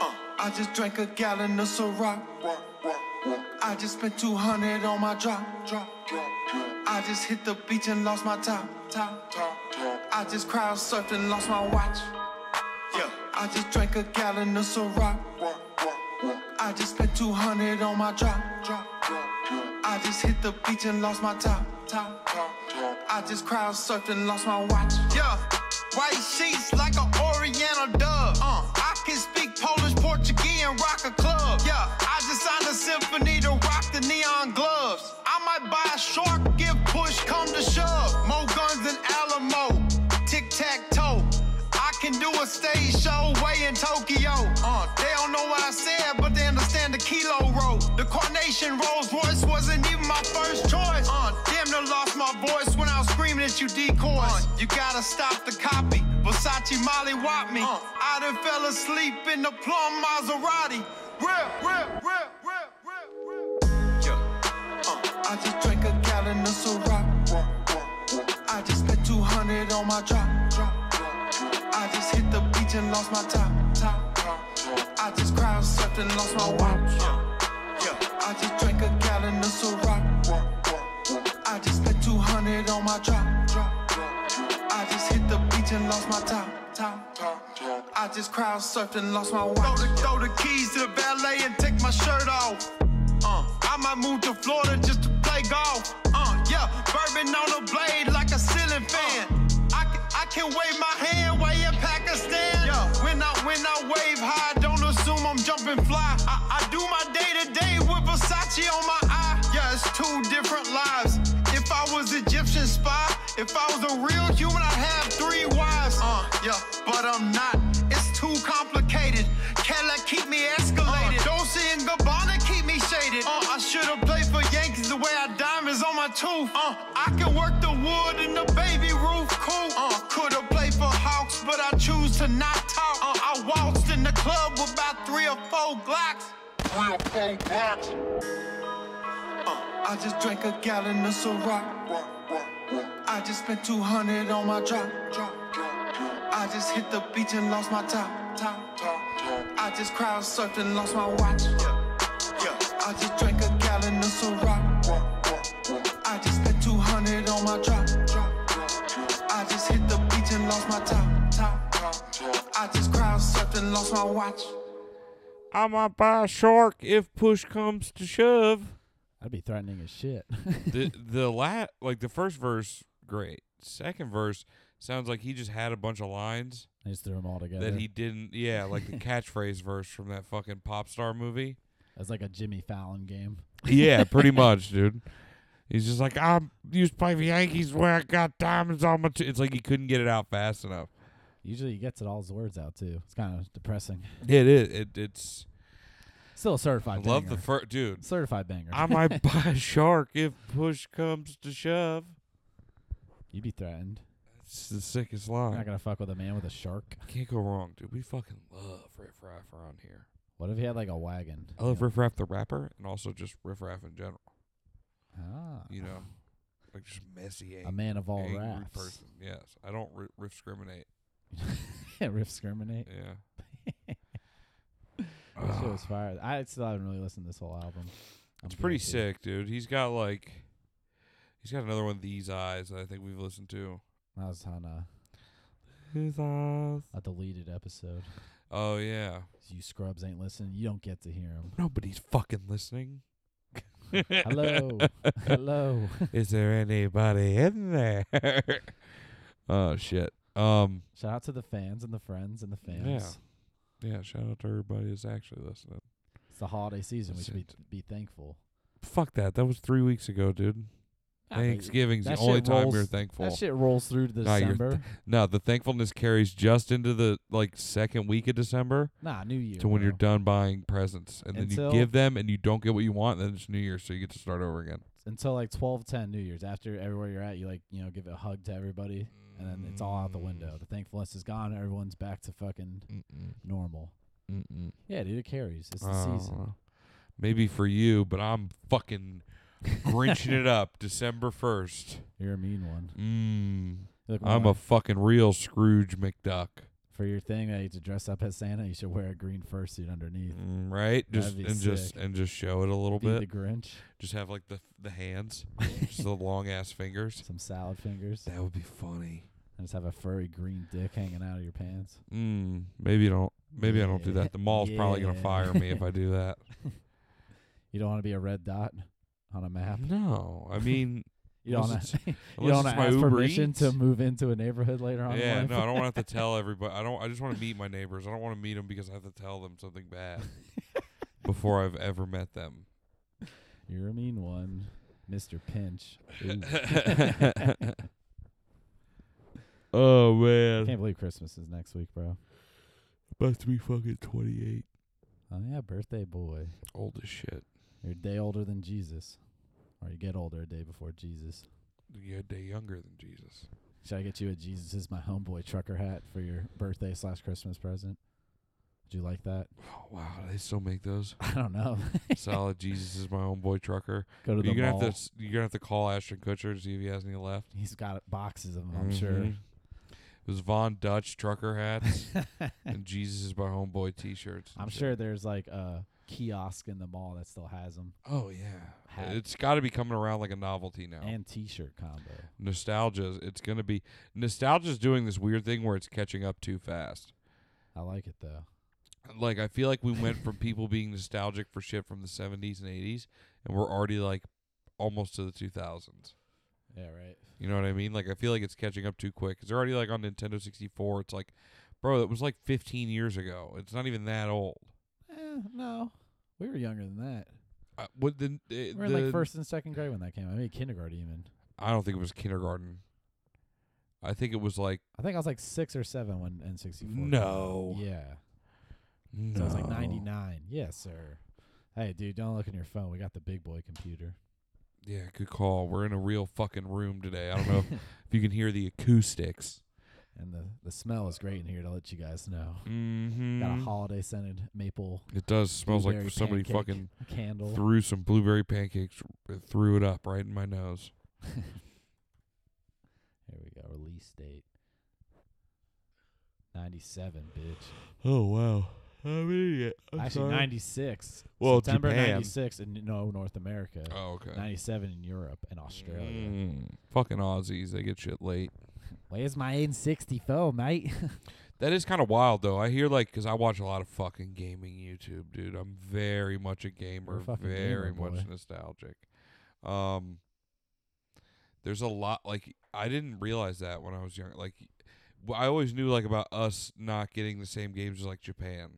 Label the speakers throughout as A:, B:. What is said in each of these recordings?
A: Uh.
B: I just drank a gallon of Ciroc. I just spent 200 on my drop. I just hit the beach and lost my top. top. I just crowd surfed and lost my watch. Yeah. I just drank a gallon of Ciroc. I just spent 200 on my drop. I just hit the beach and lost my top. top. I just crowd surfed and lost my watch.
A: Yeah, white sheets like an Oriental dove. Uh, I can speak Polish, Portuguese, and rock a club. Yeah, I just signed a symphony to rock the neon gloves. I might buy a shark, give push, come to shove. More guns than Alamo, tic tac toe. I can do a stage show way in Tokyo. Uh, they don't know what I said, but they understand the kilo road. The Carnation Rolls Royce wasn't even my first choice. Uh, damn near lost my voice when I was screaming at you decoys. Uh, you gotta stop the copy. Versace Molly Wop me. Uh, I done fell asleep in the plum Maserati. Real, real, real, real, real, real. Yeah. Uh,
B: I just drank a gallon of Ciroc. I just spent 200 on my drop. I just hit the beach and lost my top. top. I just crowd surfed and lost my watch. I just drank a gallon of
A: Uh.
B: Ciroc. I just spent 200 on my drop. I just hit the beach and lost my top. top. I just crowd surfed and lost my
A: Throw
B: watch.
A: the, throw the keys to the valet and take my shirt off. Uh, I might move to Florida just to play golf. Uh, yeah, bourbon on the blade like a ceiling fan. I, can, I can wave my hand way in Pakistan. Yeah. When I when I wave high, don't assume I'm jumping fly. I, I do my day to day with Versace on my eye. Yeah, it's two different lives. If I was Egyptian spy, if I was a real human, I'd have three wives. Uh, yeah, but I'm not. It's too complicated. Cadillac keep me escalated. Uh, Dolce and Gabbana keep me shaded. Uh, I should've played for Yankees the way I diamonds on my tooth. Uh, I can work the wood in the baby roof, cool. Uh, could've played for Hawks, but I choose to not talk. Uh, I waltzed in the club with about three or four Glocks. Uh,
B: I just drank a gallon of Ciroc. I just spent 200 on my drop. I just hit the beach and lost my top. top. I just crowd surfed and lost my watch. I just drank a gallon of Ciroc. I just spent 200 on my drop. I just hit the beach and lost my top. top. I just crowd surfed and lost my watch.
C: I might buy a shark if push comes to shove.
D: I'd be threatening as shit.
C: the the la like the first verse, great. Second verse sounds like he just had a bunch of lines
D: I just threw them all together.
C: that he didn't. Yeah, like the catchphrase verse from that fucking pop star movie.
D: That's like a Jimmy Fallon game.
C: Yeah, pretty much, dude. He's just like I'm used to play for Yankees where I got diamonds on my. T-. It's like he couldn't get it out fast enough.
D: Usually he gets it all his words out too. It's kind of depressing.
C: It is. It, it's.
D: Still a certified.
C: I love
D: banger.
C: the first dude.
D: certified banger.
C: I might buy a shark if push comes to shove.
D: You'd be threatened.
C: It's the sickest
D: You're
C: line.
D: not gonna fuck with a man with a shark.
C: Can't go wrong, dude. We fucking love Riff Raff around here.
D: What if he had like a wagon?
C: I love Riff Raff the rapper and also just Riff Raff in general.
D: Ah,
C: You know, like just messy,
D: a
C: angry,
D: man of all
C: angry
D: raps.
C: person. Yes, I don't ri riff discriminate.
D: Riff discriminate.
C: Yeah.
D: That shit was fire. I still haven't really listened to this whole album. I'm
C: It's pretty
D: guilty.
C: sick, dude. He's got like, he's got another one. These eyes that I think we've listened to.
D: That was on a,
C: These eyes.
D: a deleted episode.
C: Oh yeah.
D: You scrubs ain't listening. You don't get to hear him.
C: Nobody's fucking listening.
D: Hello, hello.
C: Is there anybody in there? oh shit. Um.
D: Shout out to the fans and the friends and the fans.
C: Yeah. Shout out to everybody that's actually listening.
D: It's the holiday season. We
C: That's
D: should be, be thankful.
C: Fuck that. That was three weeks ago, dude. Thanksgiving's the
D: that
C: only
D: shit
C: time
D: rolls-
C: you're thankful.
D: That shit rolls through to
C: Nah, you're
D: December.
C: No, the thankfulness carries just into the like second week of December
D: nah, New Year.
C: to when you're
D: bro.
C: done buying presents, and then you
D: Until-
C: give them, and you don't get what you want, then it's New Year's, so you get to start over again.
D: until like twelve ten New Year's. After everywhere you're at, you like you know give a hug to everybody, and then it's all out the window.
C: Mm.
D: The thankfulness is gone. Everyone's back to fucking
C: Mm-mm.
D: normal.
C: Mm-mm.
D: Yeah, dude, it carries. It's the
C: I don't
D: season.
C: know. Uh, Maybe for you, but I'm fucking grinching it up. December first.
D: You're a mean one.
C: Mm.
D: You look
C: I'm
D: more
C: a fucking real Scrooge McDuck.
D: for your thing that you to dress up as Santa, you should wear a green fursuit underneath.
C: Mm, right? Just
D: be
C: and just
D: sick.
C: and just show it a little
D: Be
C: bit.
D: the Grinch,
C: just have like the the hands, just the long ass fingers.
D: some salad fingers,
C: That would be funny.
D: and just have a furry green dick hanging out of your pants.
C: Mm, maybe don't. Maybe I don't do
D: Yeah.
C: that. The mall's probably gonna
D: Yeah.
C: fire me if I do that.
D: You don't want to be a red dot on a map.
C: No, I mean,
D: You don't
C: Mm-hmm.
D: want
C: unless
D: to. You
C: unless
D: don't want
C: it's
D: to
C: my
D: ask
C: Uber
D: permission to
C: Eats.
D: move into a neighborhood later on. in
C: yeah,
D: life.
C: no, I don't want to have to tell everybody. I don't. I just want to meet my neighbors. I don't want to meet them because I have to tell them something bad before I've ever met them.
D: You're a mean one, Mister Pinch. Ooh.
C: oh
D: I
C: man,
D: can't believe Christmas is next week, bro.
C: about to be fucking twenty eight.
D: Oh yeah, birthday boy.
C: Old as shit.
D: You're a day older than Jesus, or you get older a day before Jesus.
C: You're a day younger than Jesus.
D: Should I get you a Jesus is my homeboy trucker hat for your birthday slash Christmas present? Would you like that?
C: Oh wow, they still make those.
D: I don't know.
C: Solid. Jesus is my own boy trucker.
D: Go to
C: You're
D: the
C: gonna
D: mall.
C: have to. s- You're gonna have to call Ashton Kutcher to see if he has any left.
D: He's got boxes of them, I'm sure.
C: Mhm. It was Von Dutch trucker hats and Jesus is my homeboy T-shirts. and
D: I'm
C: shit.
D: sure there's like a kiosk in the mall that still has them
C: Oh yeah,
D: Hat.
C: it's got to be coming around like a novelty now.
D: and T-shirt combo.
C: nostalgia, is- it's gonna be nostalgia's doing this weird thing where it's catching up too fast.
D: I like it though.
C: Like I feel like we went from people being nostalgic for shit from the 70s and 80s, and we're already like almost to the 2000s.
D: Yeah, right.
C: You know what I mean? Like I feel like it's catching up too quick. It's already like on Nintendo 64. It's like, bro, it was like 15 years ago. It's not even that old.
D: Eh, no, we were younger than that.
C: Uh, what the, uh,
D: We were in like
C: the-
D: first and second grade when that came. out. Maybe kindergarten even.
C: I don't think it was kindergarten. I think it was like
D: I think I was like six or seven when N64. came out.
C: no,
D: Yeah.
C: no.
D: So it was like 99. Yes, sir. Hey, dude, don't look in your phone. We got the big boy computer.
C: Yeah, good call. We're in a real fucking room today. I don't know if, if you can hear the acoustics.
D: And the, the smell is great in here to let you guys know.
C: Mm-hmm.
D: Got a holiday scented maple
C: it does smells like
D: blueberry
C: somebody
D: pancake
C: fucking
D: candle.
C: threw some blueberry pancakes, r- threw it up right in my nose.
D: Here we go. Release date 97, bitch.
C: Oh wow, I'm an idiot. I'm
D: Actually,
C: sorry.
D: 96.
C: Well,
D: September
C: Japan.
D: 96 in no North America.
C: Oh okay.
D: 97 in Europe and Australia.
C: Mm, fucking Aussies, they get shit late.
D: Where's my N64, mate?
C: That is kind of wild, though. I hear like because I watch a lot of fucking gaming YouTube, dude. I'm very much a gamer,
D: a fucking
C: very
D: gamer, boy.
C: much nostalgic. Um, there's a lot like I didn't realize that when I was young. Like, w- I always knew like about us not getting the same games as like Japan.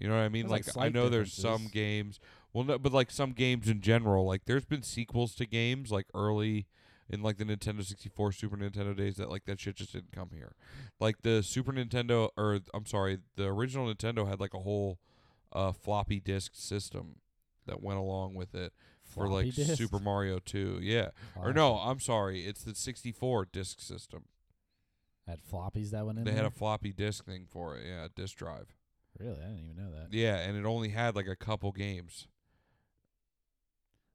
C: You know what I mean?
D: There's, like,
C: Like, I
D: slight
C: know there's some
D: differences.
C: games. Well, no, but like some games in general, like there's been sequels to games like early in like the Nintendo 64, Super Nintendo days that like that shit just didn't come here. Like the Super Nintendo or I'm sorry, the original Nintendo had like a whole uh, floppy disk system that went along with it for like
D: Floppy disks?
C: Super Mario 2. Yeah. Or no, I'm sorry, it's the 64 disk system.
D: Had floppies that went in
C: They
D: there?
C: had a floppy disk thing for it. Yeah, a disk drive.
D: really? I didn't even know that.
C: Yeah, and it only had like a couple games.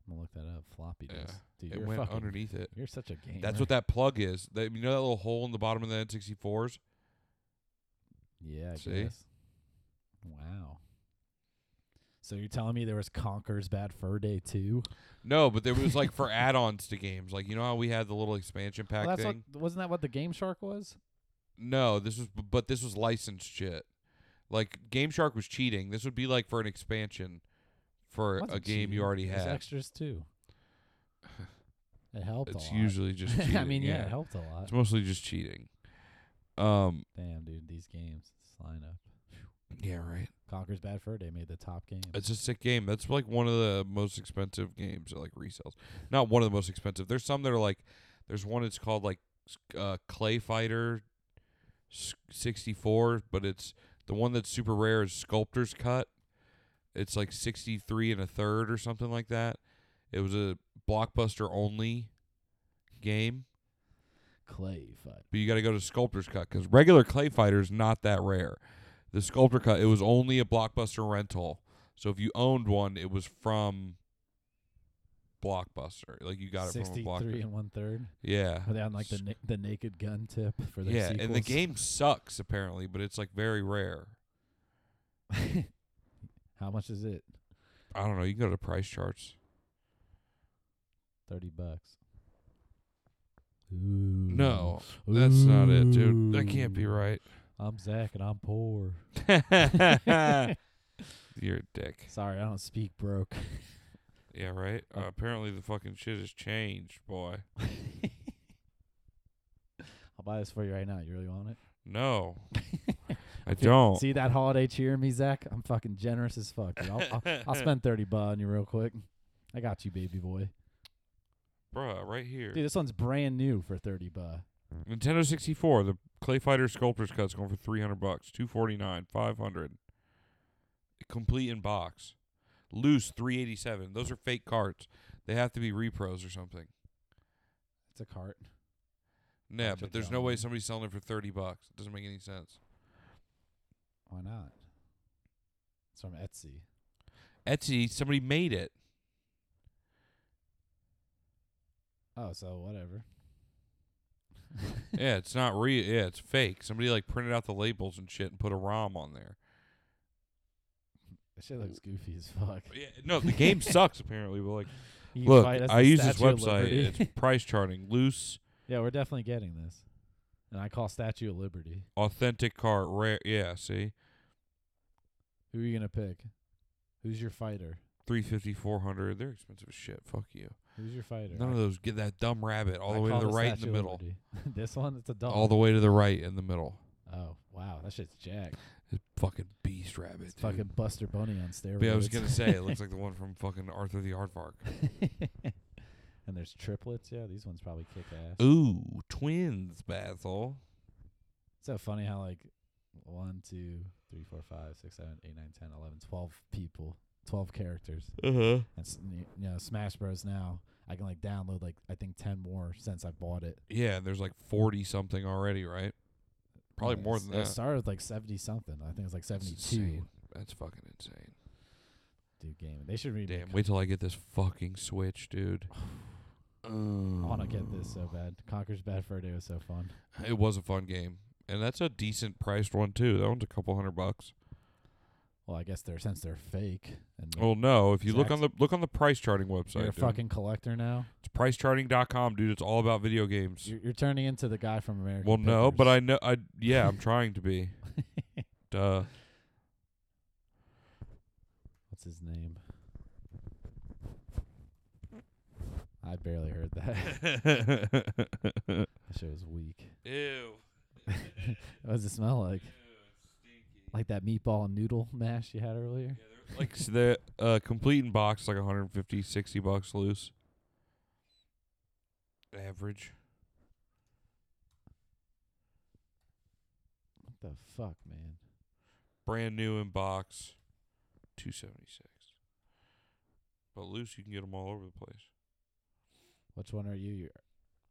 D: I'm gonna look that up. Floppy
C: Yeah.
D: disk. Dude,
C: it
D: you're
C: went
D: fucking-
C: underneath it.
D: You're such a gamer.
C: That's what that plug is. That, you know that little hole in the bottom of the N64s?
D: Yeah. I
C: See?
D: guess. Wow. So you're telling me there was Conker's Bad Fur Day too?
C: No, but there was like for add-ons to games. Like you know how we had the little expansion pack
D: Well, that's
C: thing?
D: what, wasn't that what the Game Shark was?
C: No, this was but this was licensed shit. Like Game Shark was cheating. This would be like for an expansion for a
D: Wasn't
C: game you
D: cheating.
C: already
D: It was
C: had.
D: extras too. It helped.
C: It's
D: a lot.
C: usually just cheating.
D: I mean, yeah.
C: yeah.
D: it helped a lot.
C: It's mostly just cheating. Um
D: Damn, dude, these games this lineup.
C: yeah, right.
D: Conker's Bad Fur Day made the top game.
C: It's a sick game. That's like one of the most expensive games that like resells. Not one of the most expensive. There's some that are like, there's one that's called like s- uh, Clay Fighter s- 64, but it's the one that's super rare is Sculptor's Cut. It's like 63 and a third or something like that. It was a blockbuster only game,
D: Clay fight.
C: but you got to go to Sculptor's Cut because regular Clay Fighter is not that rare. The Sculptor Cut, it was only a blockbuster rental. So if you owned one, it was from blockbuster. Like you got it from a
D: Sixty-three
C: blockbuster.
D: and one third.
C: Yeah.
D: Are they on like the na- the Naked Gun tip for their
C: yeah,
D: sequels?
C: and the game sucks apparently, but it's like very rare.
D: How much is it?
C: I don't know. You can go to price charts.
D: Thirty bucks.
C: No, that's not it, dude. That can't be
D: Ooh.
C: right.
D: I'm Zach and I'm poor.
C: You're a dick.
D: Sorry, I don't speak broke.
C: Yeah, right. Uh, apparently the fucking shit has changed, boy.
D: I'll buy this for you right now. You really want it?
C: No, I
D: Feel-
C: don't.
D: See that holiday cheer in me, Zach? I'm fucking generous as fuck. Dude. I'll, I'll, I'll spend thirty bucks on you real quick. I got you, baby boy.
C: Bruh, right here.
D: Dude, this one's brand new for thirty bucks.
C: Nintendo 64, the Clay Fighter Sculptor's Cut's going for 300 bucks, 249, 500. Complete in box. Loose 387. Those are fake carts. They have to be repros or something.
D: It's a cart.
C: Yeah,
D: Bunch
C: but
D: of
C: there's no way
D: dummies.
C: somebody's selling it for 30 bucks. It doesn't make any sense.
D: Why not? It's from Etsy.
C: Etsy, somebody made it.
D: Oh, so whatever.
C: yeah, it's not real. Yeah, it's fake. Somebody like printed out the labels and shit and put a ROM on there.
D: That shit looks goofy as fuck.
C: But yeah, no, the game sucks apparently, but like
D: You
C: look,
D: fight us
C: I
D: the
C: use this
D: Statue of
C: website.
D: Liberty.
C: It's price charting. Loose,
D: yeah, we're definitely getting this. And I call Statue of Liberty.
C: authentic cart, rare. Yeah, see?
D: Who are you gonna pick? Who's your fighter?
C: 350 400 they're expensive as shit fuck you
D: Who's your fighter?
C: none of those get that dumb rabbit all the way to the right in the middle
D: this one, it's a dog.
C: all the way to the right in the middle
D: oh wow, that shit's jacked.
C: This fucking beast rabbit
D: It's
C: dude.
D: fucking Buster Bunny on steroids.
C: but yeah, i was gonna say it looks like the one from fucking arthur the aardvark
D: and there's triplets. Yeah, these ones probably kick ass.
C: ooh twins basil
D: so funny how like one, two, three, four, five, six, seven, eight, nine, ten, eleven, twelve people, twelve characters.
C: uh-huh
D: And s- n- you know, Smash Bros. Now I can like download like I think ten more since I bought it.
C: yeah and there's like 40 something already right probably
D: Yeah,
C: more
D: it's-
C: than
D: It
C: that
D: started with like seventy something. I think it's like
C: That's
D: seventy two.
C: insane. that's fucking insane
D: Dude, game. They should remake.
C: damn wait till i get this fucking switch dude
D: I want to get this uh, so bad. Conker's Bad Fur Day was so fun.
C: It was a fun game, and that's a decent priced one too. That one's a couple hundred bucks.
D: Well, I guess they're since they're fake and
C: Well, no, if you look on the
D: Exact-
C: look on the price charting website,
D: you're a
C: dude.
D: fucking collector now.
C: it's pricecharting.com, dude. It's all about video games.
D: You're, you're turning into the guy from American.
C: well, no, but I
D: Pickers.
C: know I yeah, I'm trying to be. Duh.
D: What's his name? I barely heard that. that shit was weak.
C: Ew.
D: What does it smell like? Like that meatball and noodle mash you had earlier.
C: Like s- the uh, complete in box like 150, 60 bucks loose. Average.
D: What the fuck, man?
C: brand new in box, two seventy six. But loose, you can get them all over the place.
D: Which one are you? You're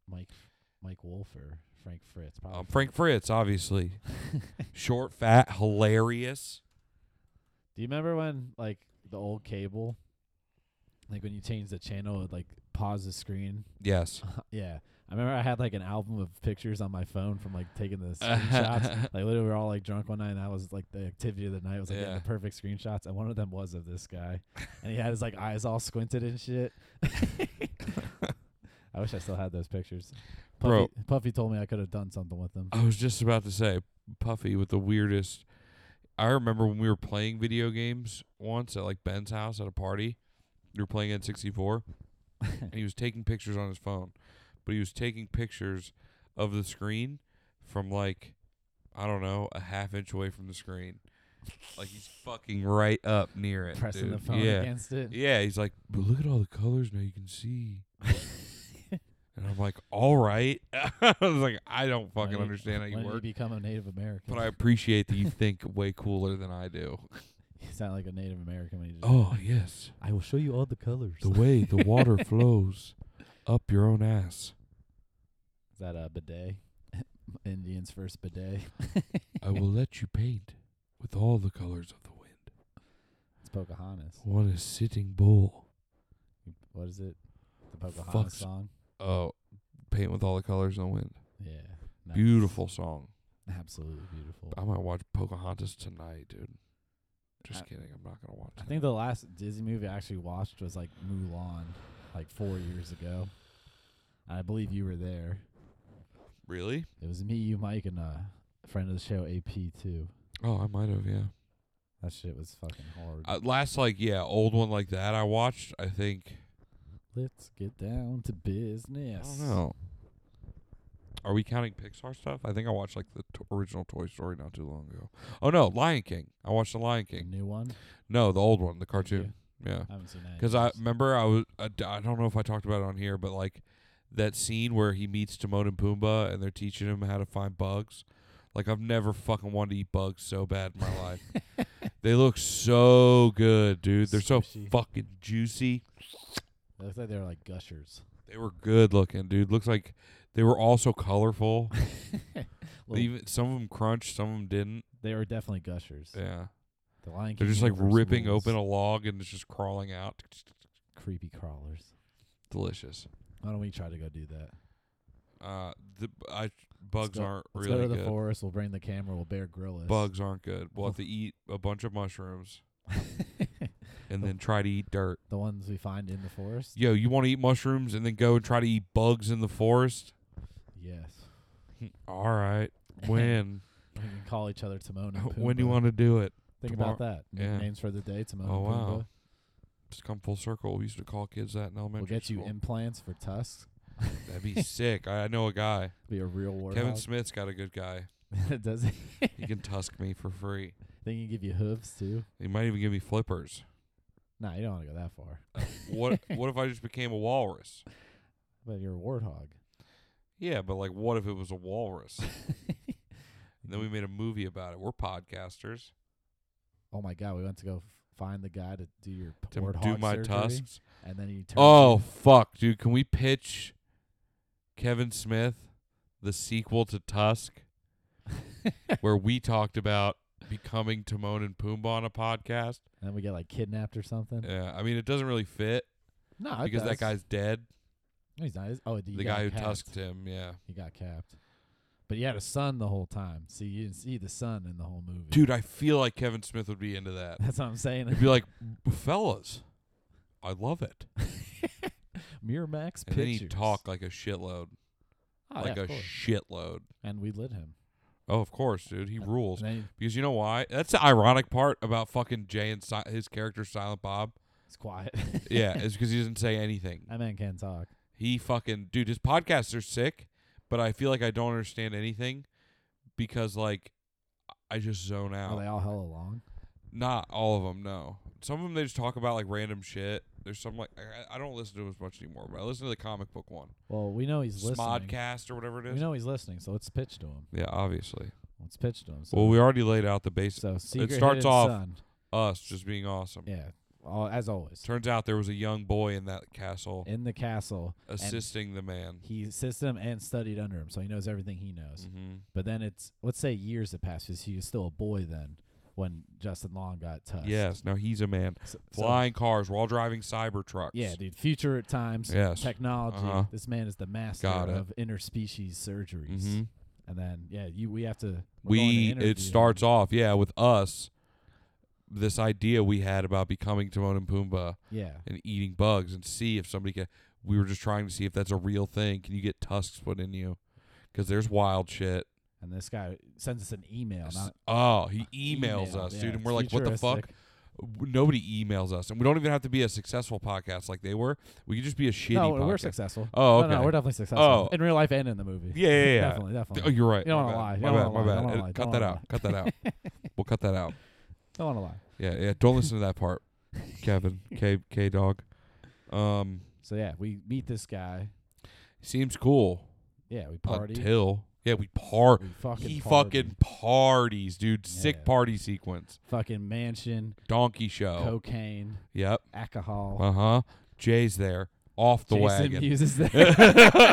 D: Mike, Mike Wolf or Frank Fritz? Probably
C: Um, Frank Fritz, obviously, short, fat, hilarious.
D: Do you remember when like the old cable, like when you change the channel, it would, like pause the screen?
C: Yes.
D: yeah, I remember I had like an album of pictures on my phone from like taking the screenshots. like literally, we were all like drunk one night, and that was like the activity of the night was like getting
C: Yeah.
D: the perfect screenshots. And one of them was of this guy, and he had his like eyes all squinted and shit. I wish I still had those pictures.
C: Bro.
D: Puffy, Puffy told me I could have done something with them.
C: I was just about to say Puffy with the weirdest. I remember when we were playing video games once at like Ben's house at a party. We were playing N64, and he was taking pictures on his phone, but he was taking pictures of the screen from like I don't know a half inch away from the screen, like he's fucking right up near it,
D: Pressing
C: dude.
D: the phone
C: Yeah,
D: against it.
C: yeah. He's like, but look at all the colors now you can see. And I'm like, all right. I was like, I don't fucking
D: When you-
C: understand how
D: when
C: you work.
D: become a Native American.
C: But I appreciate that you think way cooler than I do.
D: You sound like a Native American when you just
C: Oh yes,
D: I will show you all the colors.
C: the way the water flows up your own ass.
D: Is that a bidet? Indians first bidet.
C: I will let you paint with all the colors of the wind.
D: It's Pocahontas.
C: What a sitting bull,
D: What is it? The Pocahontas
C: Fucks.
D: song.
C: Oh, paint with all the colors in the wind.
D: Yeah. nice.
C: Beautiful song.
D: Absolutely beautiful.
C: I might watch Pocahontas tonight, dude. Just
D: I-
C: kidding. I'm not gonna watch.
D: I
C: that.
D: think the last Disney movie I actually watched was like Mulan, like four years ago. And I believe you were there.
C: really.
D: It was me, you, Mike, and uh, a friend of the show, AP too.
C: Oh, I might have. Yeah.
D: That shit was fucking hard.
C: Uh, last like yeah, old one like that I watched. I think.
D: Let's get down to business.
C: I don't know. Are we counting Pixar stuff? I think I watched like the t- original Toy Story not too long ago. Oh no, Lion King. I watched the Lion
D: The
C: King.
D: new one.
C: No, the old one, the
D: Did you?
C: cartoon. Mm. Yeah.
D: I haven't seen that. in
C: Because I
D: years.
C: remember I was I, d- I don't know if I talked about it on here, but like that scene where he meets Timon and Pumbaa and they're teaching him how to find bugs. Like I've never fucking wanted to eat bugs so bad in my life. They look so good, dude. They're so
D: Squishy.
C: fucking juicy.
D: It looks like they were like gushers.
C: They were good looking, dude. Looks like they were all so colorful.
D: Little-
C: Even some of them crunched, some of them didn't.
D: They were definitely gushers.
C: Yeah,
D: The Lion King.
C: they're just like
D: universe
C: ripping
D: rules.
C: open a log and it's just crawling out.
D: creepy crawlers.
C: Delicious.
D: Why don't we try to go do that?
C: Uh, the I bugs
D: go-
C: aren't
D: Let's
C: really
D: go to the
C: good.
D: forest. We'll bring the camera. We'll bear grill us.
C: Bugs aren't good. We'll have to eat a bunch of mushrooms and then try to eat dirt.
D: the ones we find in the forest.
C: Yo, you want to eat mushrooms and then go and try to eat bugs in the forest?
D: Yes.
C: All right. When?
D: We can call each other Timon and Pumbaa.
C: when do you want to do it?
D: think about that? N-
C: yeah.
D: Names for the day, Timon
C: Oh,
D: and
C: wow.
D: Pumbaa.
C: Just come full circle. We used to call kids that in elementary
D: We'll get you
C: school.
D: implants for tusks.
C: That'd be sick. I, I know a guy.
D: Be a real warthog.
C: Kevin Smith's got a good guy.
D: Does he?
C: He can tusk me for free.
D: They can give you hooves too.
C: He might even give me flippers.
D: Nah, you don't want to go that far.
C: What what if I just became a walrus?
D: But you're a warthog.
C: Yeah, but like what if it was a walrus? And then we made a movie about it. We're podcasters.
D: Oh my god, we went to go f- find the guy to do your p-
C: To
D: warthog
C: do my
D: surgery,
C: tusks.
D: and then you turn.
C: Oh fuck, dude. Can we pitch Kevin Smith the sequel to Tusk? where we talked about becoming Timon and Pumbaa on a podcast.
D: and then we get like kidnapped or something.
C: Yeah. I mean it doesn't really fit
D: no, it
C: because that
D: does.
C: guy's dead.
D: No, he's not. He's- Oh, he
C: the
D: got
C: guy who
D: capped.
C: tusked him, yeah.
D: He got capped. But he had a son the whole time. See, you didn't see the son in the whole movie.
C: Dude, I feel like Kevin Smith would be into that.
D: that's what I'm
C: He'd
D: saying.
C: be like, fellas, I love it.
D: Miramax
C: And then
D: pictures.
C: he'd talk like a shitload.
D: Oh,
C: like a
D: yeah, of course.
C: shitload.
D: and we lit him.
C: Oh, of course, dude. He rules.
D: And then
C: Because you know why? That's the ironic part about fucking Jay and si- his character, Silent Bob.
D: he's quiet.
C: Yeah, is because he doesn't say anything.
D: that man can talk.
C: He fucking dude, his podcasts are sick, but I feel like I don't understand anything because like I just zone
D: Are
C: out.
D: they all hella long?
C: Not all of them, no. Some of them they just talk about like random shit. There's some like I, I don't listen to as much anymore, but I listen to the comic book one,
D: Well, we know he's listening.
C: Smodcast or whatever it
D: We
C: is.
D: know he's listening, so let's pitch to him.
C: Yeah, obviously.
D: Let's pitch to him. So,
C: well, we already laid out the base.
D: so secret
C: starts
D: Hidden
C: off-
D: Son.
C: Us just being awesome.
D: Yeah, all, as always.
C: Turns out there was a young boy in that castle
D: In the castle,
C: assisting the man.
D: he assisted him and studied under him, so he knows everything he knows.
C: hmm
D: But then it's let's say years have passed because he was still a boy then when Justin Long got touched.
C: Yes, now he's a man.
D: So- so-
C: Flying cars. We're all driving cyber trucks.
D: yeah, dude. Future at times.
C: Yes.
D: Technology.
C: Uh-huh.
D: This man is the master
C: Got it.
D: of interspecies surgeries.
C: hmm
D: And then yeah, you we have to we're going to
C: we
D: interview him.
C: it starts off yeah with us this idea we had about becoming Timon and Pumbaa
D: Yeah.
C: and eating bugs and see if somebody can we were just trying to see if that's a real thing can you get tusks put in you because there's wild shit
D: And this guy sends us an email.
C: S-
D: Not
C: oh he emails
D: email,
C: us
D: yeah,
C: dude and
D: it's
C: we're like what the fuck
D: futuristic.
C: W- nobody emails us and we don't even have to be a successful podcast like they were we could just be a shitty
D: No,
C: podcast
D: we're successful.
C: oh
D: No,
C: okay
D: no, we're definitely
C: Oh.
D: successful in real life and in the movie.
C: yeah yeah, yeah.
D: definitely, definitely.
C: oh you're right
D: You don't
C: my
D: wanna
C: bad.
D: lie. You
C: my
D: don't
C: bad
D: wanna
C: my
D: lie.
C: bad
D: You don't
C: Uh,
D: wanna
C: cut
D: lie.
C: that
D: Don't
C: out cut that out we'll cut that out
D: Don't want to lie.
C: Yeah, yeah. Don't listen to that part, Kevin. K K dog. Um,
D: So yeah, we meet this guy.
C: seems cool
D: Yeah, we party.
C: until yeah, we par.
D: we fucking
C: He
D: party.
C: fucking parties, dude. Sick
D: Yeah.
C: party sequence.
D: fucking mansion,
C: Donkey show.
D: cocaine,
C: Yep.
D: alcohol.
C: Uh huh. Jay's there, off the
D: Jason
C: wagon.
D: Hughes is there.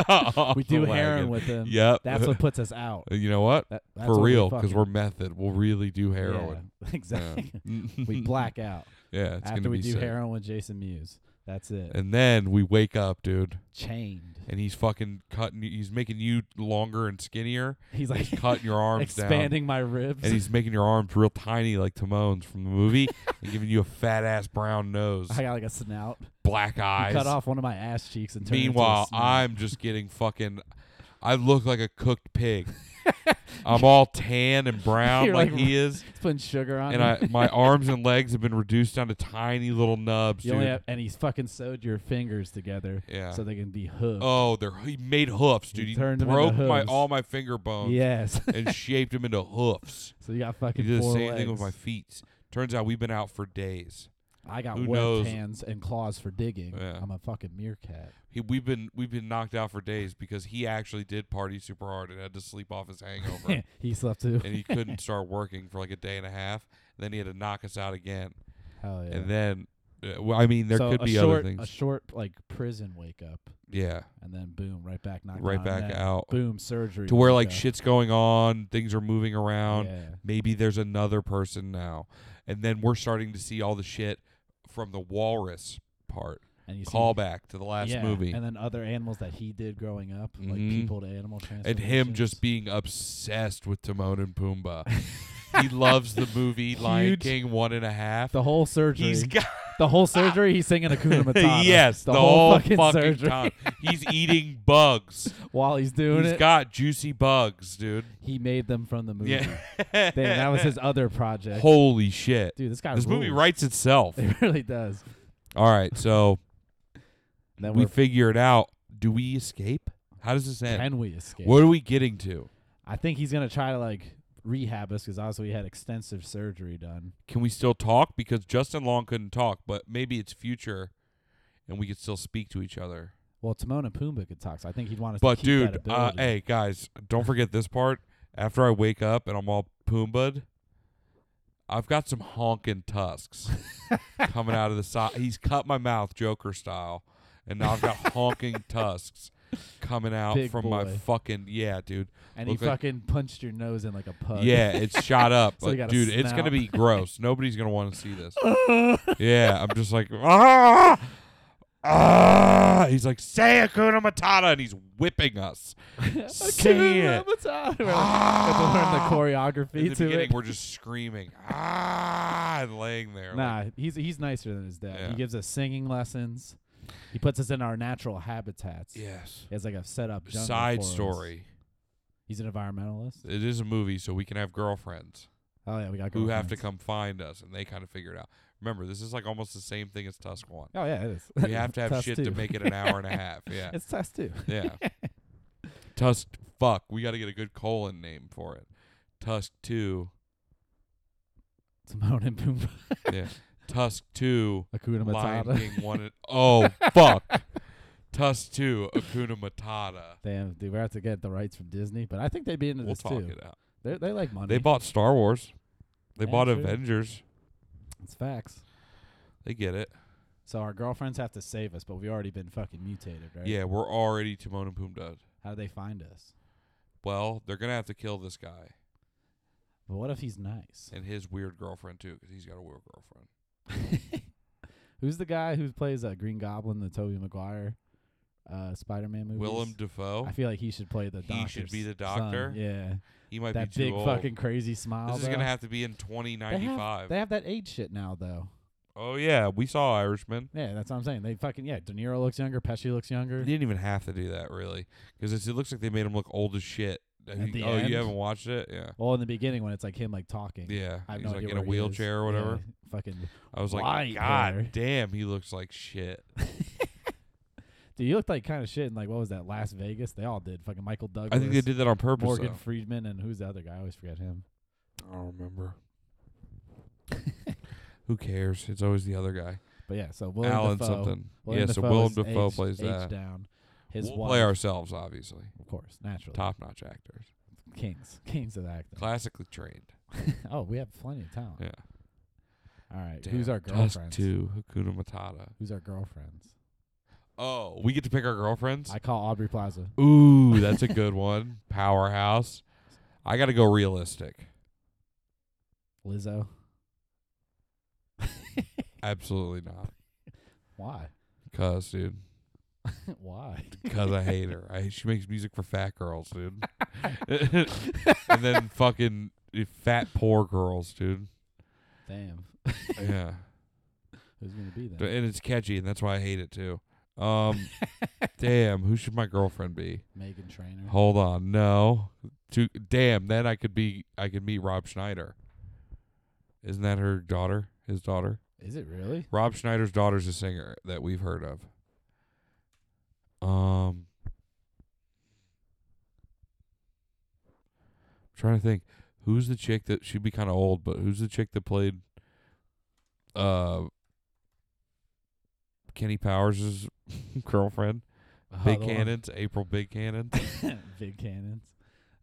C: Off
D: we
C: the
D: do
C: wagon.
D: heroin with him.
C: Yep.
D: That's what puts us out.
C: Uh, you know what?
D: That, that's
C: For
D: what
C: real,
D: we
C: because
D: fucking-
C: we're method. We'll really do heroin.
D: Yeah, exactly.
C: Yeah.
D: we black out
C: Yeah, it's
D: after
C: gonna
D: we
C: be
D: do
C: sick.
D: heroin with Jason Mewes. That's it.
C: And then we wake up, dude,
D: Chained.
C: and he's fucking cutting. He's making you longer and skinnier.
D: He's like
C: He's cutting your arms down.
D: expanding my ribs.
C: And he's making your arms real tiny, like Timon's from the movie, and giving you a fat ass brown nose,
D: I got like a snout.
C: black
D: He
C: eyes.
D: cut off one of my ass cheeks and turned it into a
C: Meanwhile,
D: snout.
C: I'm just getting fucking. I look like a cooked pig. I'm all tan and brown
D: You're
C: like,
D: like-
C: he is,
D: He's putting sugar on.
C: and
D: me.
C: I my arms and legs have been reduced down to tiny little nubs.
D: Uh-huh.
C: dude.
D: You only have, and he's fucking sewed your fingers together
C: Yeah.
D: so they can be hooked.
C: oh, they're he made hoofs, dude. He,
D: turned them into
C: broke my
D: hooves.
C: all my finger bones
D: yes.
C: and shaped them into hoofs.
D: so you got
C: He
D: fucking
C: did the
D: four
C: same
D: legs.
C: thing with my feet. Turns out we've been out for days.
D: I got
C: Who
D: webbed
C: knows?
D: hands and claws for digging.
C: Yeah.
D: I'm a fucking meerkat.
C: He, we've been we've been knocked out for days because he actually did party super hard and had to sleep off his hangover.
D: he slept too.
C: and he couldn't start working for like a day and a half. then he had to knock us out again.
D: Hell yeah.
C: And then, uh, well, I mean, there
D: so
C: could
D: a
C: be other
D: short, A
C: things.
D: short like prison wake up,
C: yeah,
D: and then boom, right back knocked
C: right
D: on
C: back
D: net.
C: out
D: Boom, surgery.
C: to where
D: wake
C: like
D: up.
C: shit's going on, things are moving around.
D: Yeah.
C: Maybe there's another person now, and then we're starting to see all the shit from the walrus part.
D: And you see-
C: Callback to the last
D: yeah,
C: movie,
D: and then other animals that he did growing up, like
C: Mhm.
D: people to animal transformations.
C: and him just being obsessed with Timon and Pumbaa. he loves the movie Lion
D: Huge.
C: King one and a half.
D: the whole surgery.
C: He's got
D: the whole surgery. He's singing Akuna Matata.
C: yes,
D: the, whole, fucking, surgery
C: time. He's eating bugs.
D: while he's doing
C: He's
D: it.
C: got juicy bugs, dude.
D: he made them from the movie.
C: Yeah.
D: Damn, that was his other project.
C: Holy shit.
D: Dude, this guy.
C: This movie
D: rules.
C: writes itself.
D: It really does.
C: All right, so
D: And then
C: we
D: we
C: figure it out. Do we escape? How does this end?
D: can we escape?
C: What are we getting to?
D: I think he's gonna try to like rehab us because obviously he had extensive surgery done.
C: Can we still talk? Because Justin Long couldn't talk, but maybe it's future and we could still speak to each other.
D: Well, Timon and Pumbaa could talk, so I think he'd want us.
C: But
D: to keep that
C: dude, uh,
D: ability.
C: hey guys, don't forget this part. After I wake up and I'm all poomba'd, I've got some honking tusks coming out of the side. He's cut my mouth Joker style, and now I've got honking tusks coming out
D: Big
C: from my
D: boy.
C: fucking yeah, dude.
D: and he
C: look like-
D: fucking punched your nose in like a pug.
C: Yeah, it's shot up.
D: So you
C: Like,
D: got a
C: dude, it's gonna
D: snout.
C: be gross. Nobody's gonna want to see this. yeah, I'm just like ah. Ah, he's like, say Akuna Matata, and he's whipping us. say it. Ah.
D: We're like, we have to learn the
C: In
D: choreography
C: the
D: to
C: beginning,
D: it.
C: we're just screaming ah and laying there. like,
D: Nah, he's he's nicer than his dad.
C: Yeah.
D: He gives us singing lessons. He puts us in our natural habitats.
C: yes.
D: He has like a setup. jungle
C: Side
D: for us.
C: story.
D: He's an environmentalist.
C: It is a movie, so we can have girlfriends
D: Oh yeah, we got
C: who have to
D: girlfriends.
C: come find us, and they kind of figure it out. Remember, this is like almost the same thing as Tusk One.
D: Oh yeah, it is.
C: We have to have
D: Tusk
C: shit to
D: two.
C: make it an hour and a half. Yeah,
D: It's test too.
C: yeah. Tusk, fuck. We got to get a good colon name for it. Tusk Two.
D: Timon and Pumbaa.
C: Yeah. Tusk Two.
D: Akuna
C: Lion
D: Matata.
C: King One. And, oh fuck. Tusk Two. Akuna Matata.
D: Damn, dude, we have to get the rights from Disney, but I think they'd be into
C: We'll
D: this
C: talk
D: too.
C: it out.
D: They they like money.
C: They bought Star Wars. They
D: Yeah,
C: bought
D: true.
C: Avengers.
D: it's facts.
C: They get it.
D: So our girlfriends have to save us, but we've already been fucking mutated, right?
C: Yeah, we're already Timon and Pumbaa.
D: How do they find us?
C: Well, they're gonna have to kill this guy
D: But what if he's nice?
C: and his weird girlfriend too, 'cause he's got a weird girlfriend.
D: Who's the guy who plays uh, Green Goblin, the Tobey Maguire uh, Spider-Man movie?
C: Willem Dafoe.
D: I feel like he should play the
C: He
D: doctor.
C: should be the
D: son,
C: doctor?
D: Yeah.
C: He might
D: that
C: be too
D: big
C: old.
D: fucking crazy smile.
C: this is gonna
D: though.
C: have to be in
D: They have-
C: 2095.
D: They have that age shit now, though.
C: oh yeah, we saw Irishman.
D: Yeah, that's what I'm saying. They fucking yeah. De Niro looks younger. Pesci looks
C: They
D: younger.
C: didn't even have to do that really, 'cause it's it looks like they made him look old as shit. Have
D: At
C: you-
D: the
C: oh,
D: end?
C: you haven't watched it? Yeah.
D: Well, in the beginning when it's like him like talking.
C: Yeah,
D: I have
C: he's
D: no
C: like
D: idea
C: in a
D: where he is.
C: wheelchair or whatever.
D: Yeah, fucking.
C: I was like,
D: White
C: God
D: hair.
C: damn, he looks like shit.
D: Dude, you looked like kind of shit in like what was that Las Vegas? They all did. Fucking Michael Douglas.
C: I think they did that on purpose.
D: Morgan
C: though.
D: Friedman and who's the other guy? I always forget him.
C: I don't remember. Who cares? It's always the other guy.
D: But yeah, so Willem
C: Alan
D: Dafoe.
C: something.
D: Willem
C: yeah,
D: Dafoe
C: so Willem
D: is
C: Dafoe
D: aged-
C: plays
D: aged
C: that.
D: down. His
C: we'll
D: wife,
C: play ourselves, obviously.
D: of course, naturally.
C: Top notch actors.
D: Kings, kings of acting.
C: Classically trained.
D: oh, we have plenty of talent.
C: Yeah.
D: All right,
C: Damn.
D: who's our
C: Tusk
D: girlfriends?
C: 2, Hakuna Matata.
D: Who's our girlfriends?
C: Oh, we get to pick our girlfriends?
D: I call Aubrey Plaza.
C: Ooh, that's a good one. Powerhouse. I got to go realistic.
D: Lizzo.
C: Absolutely not.
D: Why?
C: Cause, dude.
D: Why?
C: Cause I hate her. I she makes music for fat girls, dude. and then fucking eh, fat poor girls, dude.
D: Damn.
C: Yeah.
D: Who's gonna be
C: D-
D: there?
C: And it's catchy, and that's why I hate it too. Um, damn, who should my girlfriend be?
D: Megan Trainer.
C: Hold on, no. To damn, then I could be, I could meet Rob Schneider. Isn't that her daughter? His daughter?
D: Is it really?
C: Rob Schneider's daughter's a singer that we've heard of. Um, I'm trying to think, who's the chick that she'd be kind of old, but who's the chick that played, uh, Kenny Powers' girlfriend,
D: Oh,
C: Big
D: the one-
C: Cannons, April Big Cannon.
D: Big cannons.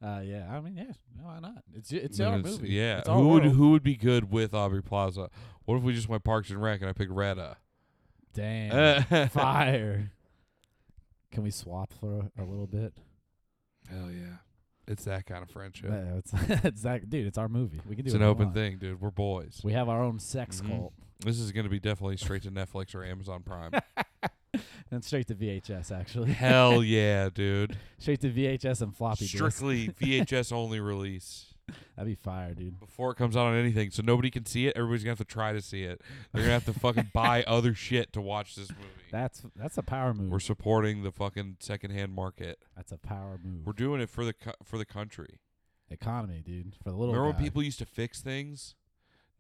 D: Uh, yeah. I mean, yeah. no, Why not? It's it's
C: Then
D: our
C: it's-
D: movie.
C: Yeah,
D: It's our
C: who would
D: world.
C: who would be good with Aubrey Plaza? What if we just went Parks and Rec and I picked Retta?
D: Damn. Fire. Can we swap for a, a little bit?
C: Hell yeah. It's that kind of friendship.
D: Yeah, it's, it's that, dude. It's our movie. We can do
C: it's
D: it.
C: an open thing, dude. We're boys.
D: We have our own sex
C: Mhm.
D: cult
C: This is going to be definitely straight to Netflix or Amazon Prime.
D: and straight to VHS actually.
C: Hell yeah, dude.
D: straight to VHS and floppy disks.
C: Strictly VHS only release
D: That'd be fire, dude.
C: before it comes out on anything. So nobody can see it. Everybody's going to have to try to see it. They're going to have to fucking buy other shit to watch this movie.
D: That's that's a power move.
C: We're supporting the fucking secondhand market.
D: that's a power move.
C: We're doing it for the co- for the country.
D: Economy, dude. For the little
C: Remember when
D: guy.
C: people used to fix things?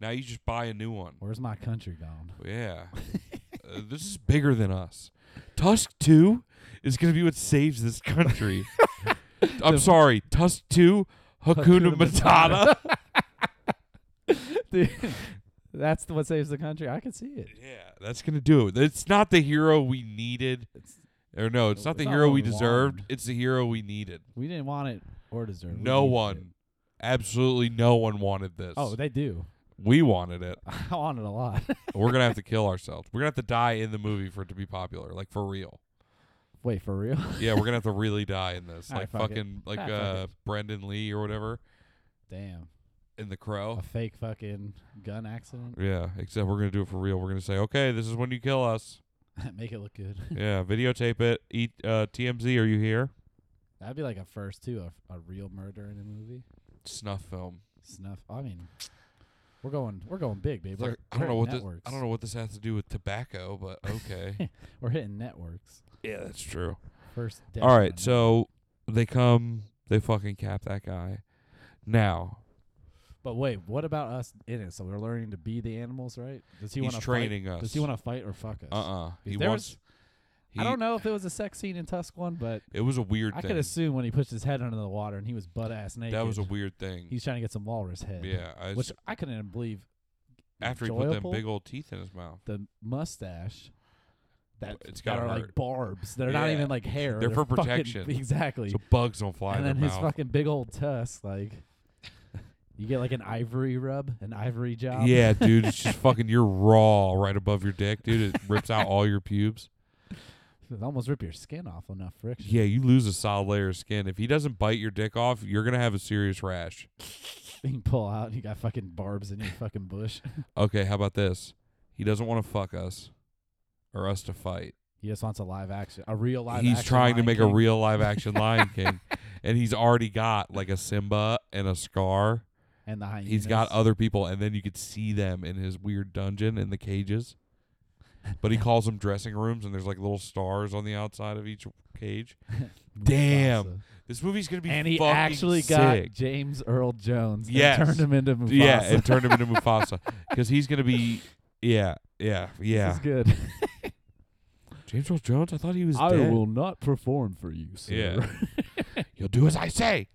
C: Now you just buy a new one.
D: Where's my country gone?
C: Yeah. Uh, this is bigger than us. Tusk 2 is going to be what saves this country. I'm sorry. Tusk 2, Hakuna,
D: Hakuna
C: Matata.
D: Dude, that's the- what saves the country. I can see it.
C: yeah, that's going to do it. It's not the hero we needed.
D: It's,
C: Or no, it's not
D: It's
C: the
D: not
C: hero
D: what
C: we
D: we
C: deserved.
D: wanted.
C: It's the hero we needed.
D: we didn't want it or deserve. it. We
C: No
D: needed it.
C: one, absolutely no one wanted this.
D: Oh, they do.
C: we wanted it.
D: I want it a lot.
C: We're going to have to kill ourselves. We're going to have to die in the movie for it to be popular, like for real.
D: Wait for real.
C: Yeah, we're gonna have to really die in this,
D: All
C: like
D: right, fuck it.
C: fucking, like
D: Ah, fuck
C: uh, Brendan Lee or whatever
D: Damn.
C: in The
D: A
C: Crow.
D: fake fucking gun accident.
C: Yeah, except we're gonna do it for real. We're gonna say, okay, this is when you kill us.
D: Make it look good.
C: yeah, videotape it. Eat uh, TMZ. Are you here?
D: That'd be like a first too, a, a real murder in a movie.
C: Snuff film.
D: Snuff. I mean, we're going, we're going big, baby.
C: It's like, I
D: we're
C: don't know
D: hitting
C: what this.
D: networks.
C: I don't know what this has to do with tobacco, but okay.
D: We're hitting networks
C: yeah, that's true.
D: first. death
C: All
D: on
C: right,
D: a
C: so they come, they fucking cap that guy. Now
D: But wait, what about us in it? So we're learning to be the animals, right? Does he
C: he's
D: want to
C: training us.
D: Fight? Does he want to fight or fuck us?
C: Uh uh. He
D: there
C: wants.
D: was-
C: He,
D: I don't know if it was a sex scene in Tusk one, but
C: It was a weird
D: I
C: thing.
D: could assume when he pushed his head under the water and he was butt ass naked.
C: that was a weird thing.
D: He's trying to get some walrus head.
C: yeah, I
D: which I couldn't even believe.
C: after he put them
D: enjoyable.
C: big old teeth in his mouth.
D: the mustache. That
C: It's
D: it's got
C: gotta
D: are
C: hurt.
D: like barbs. They're not
C: Yeah.
D: even like hair.
C: They're for
D: fucking-
C: protection.
D: exactly.
C: So bugs don't fly
D: and
C: in
D: then
C: their
D: his
C: mouth.
D: fucking big old tusk, like you get like an ivory rub, an ivory job.
C: yeah, dude, it's just fucking you're raw right above your dick, dude. It rips out all your pubes.
D: It'd almost rip your skin off enough friction.
C: Yeah, you lose a solid layer of skin. If he doesn't bite your dick off, you're gonna have a serious rash.
D: You can pull out, and you got fucking barbs in your fucking bush.
C: Okay, how about this? He doesn't want to fuck us or us to fight.
D: He just wants a live action, a real live.
C: he's
D: action
C: trying to
D: Lion
C: make a
D: King.
C: real live action Lion King. And he's already got like a Simba and a scar.
D: And the hyenas.
C: He's got other people, and then you could see them in his weird dungeon in the cages. But he calls them dressing rooms, and there's like little stars on the outside of each cage. Damn.
D: Mufasa.
C: This movie's gonna be
D: And he
C: fucking
D: actually
C: sick.
D: got James Earl Jones.
C: Yes.
D: And turned him into Mufasa.
C: yeah, and turned him into Mufasa because he's gonna be yeah yeah
D: This
C: yeah.
D: is good.
C: James Earl Jones, I thought he was
D: I
C: dead.
D: will not perform for you, sir.
C: Yeah. You'll do as I say.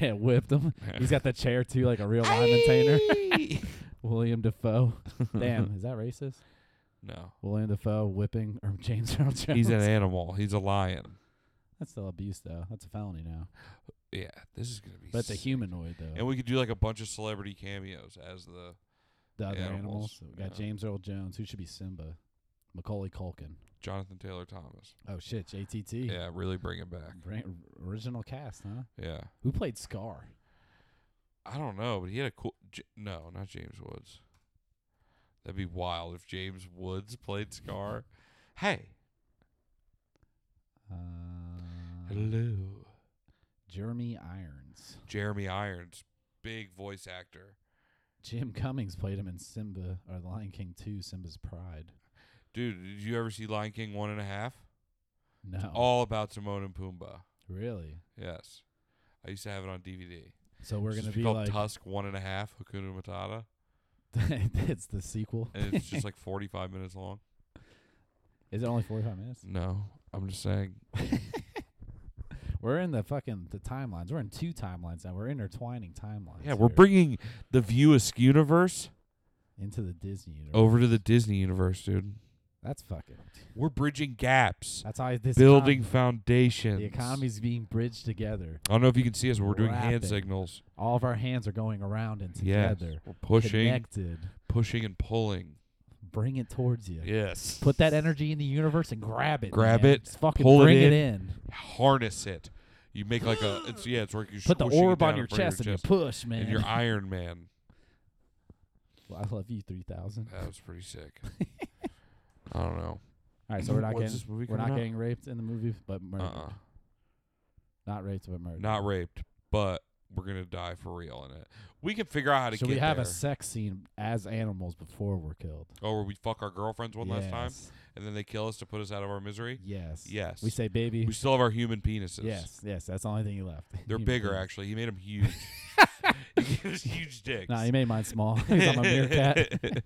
D: yeah, whipped him. He's got the chair too, like a real lineman tainer.
C: Aye.
D: William Defoe. Damn, is that racist?
C: no,
D: William Defoe whipping or James Earl Jones.
C: he's an animal. He's a lion.
D: That's still abuse though. That's a felony now.
C: Yeah, this is gonna be.
D: But the
C: sick.
D: humanoid though.
C: and we could do like a bunch of celebrity cameos as the
D: the other
C: animals,
D: animals. So we got
C: yeah.
D: James Earl Jones, who should be Simba. Macaulay Culkin.
C: Jonathan Taylor Thomas.
D: Oh shit, JTT.
C: Yeah, really bring it back.
D: Bran- original cast, huh?
C: Yeah.
D: Who played Scar?
C: I don't know, but he had a cool. J- no, not James Woods. That'd be wild if James Woods played Scar. Hey.
D: Uh,
C: Hello.
D: Jeremy Irons.
C: Jeremy Irons, big voice actor.
D: Jim Cummings played him in Simba or The Lion King 2, Simba's Pride.
C: Dude, did you ever see Lion King one and a half?
D: No.
C: All about Timon and Pumbaa.
D: Really?
C: Yes. I used to have it on DVD.
D: So we're
C: It's
D: going
C: just
D: to be
C: called
D: like,
C: Tusk one and a half, Hakuna Matata.
D: it's the sequel.
C: And it's just like 45 minutes long.
D: Is it only 45 minutes?
C: No, I'm just saying.
D: We're in the fucking the timelines. We're in two timelines now. We're intertwining timelines.
C: Yeah, we're
D: here
C: bringing the View Askew universe
D: into the Disney universe.
C: over to the Disney universe, dude.
D: That's fucking.
C: We're bridging gaps,
D: That's how this
C: building
D: economy-
C: foundations.
D: the economy's being bridged together.
C: I don't know if you can see us, but we're doing hand
D: Rapid.
C: signals.
D: All of our hands are going around and
C: Yes.
D: together,
C: We're pushing,
D: connected.
C: pushing, and pulling.
D: Bring it towards you.
C: Yes.
D: Put that energy in the universe and grab it.
C: Grab
D: man.
C: it,
D: Just fucking
C: pull it
D: bring it in.
C: in, Harness it. You make like a. It's yeah. It's like you
D: Put the
C: squishing it
D: orb
C: down
D: on your
C: in front of
D: chest and you push, man.
C: And you're Iron Man.
D: Well, I love you, three thousand.
C: That was pretty sick. I don't know.
D: All right, so we're not
C: When's
D: getting
C: this movie
D: we're not
C: coming out?
D: getting raped in the movie, but murdered.
C: Uh-uh.
D: Not raped, but murdered.
C: Not raped, but we're gonna die for real in it. We can figure out how to
D: Should
C: get
D: we have
C: there.
D: a sex scene as animals before we're killed?
C: oh, where we fuck our girlfriends one last time,
D: Yes.
C: and then they kill us to put us out of our misery.
D: Yes.
C: Yes.
D: We say baby.
C: We still have our human penises.
D: yes. Yes. That's the only thing you left.
C: They're
D: You-
C: bigger, actually. He made them huge. he gave us huge dicks.
D: Nah, you made mine small. He's on my meerkat.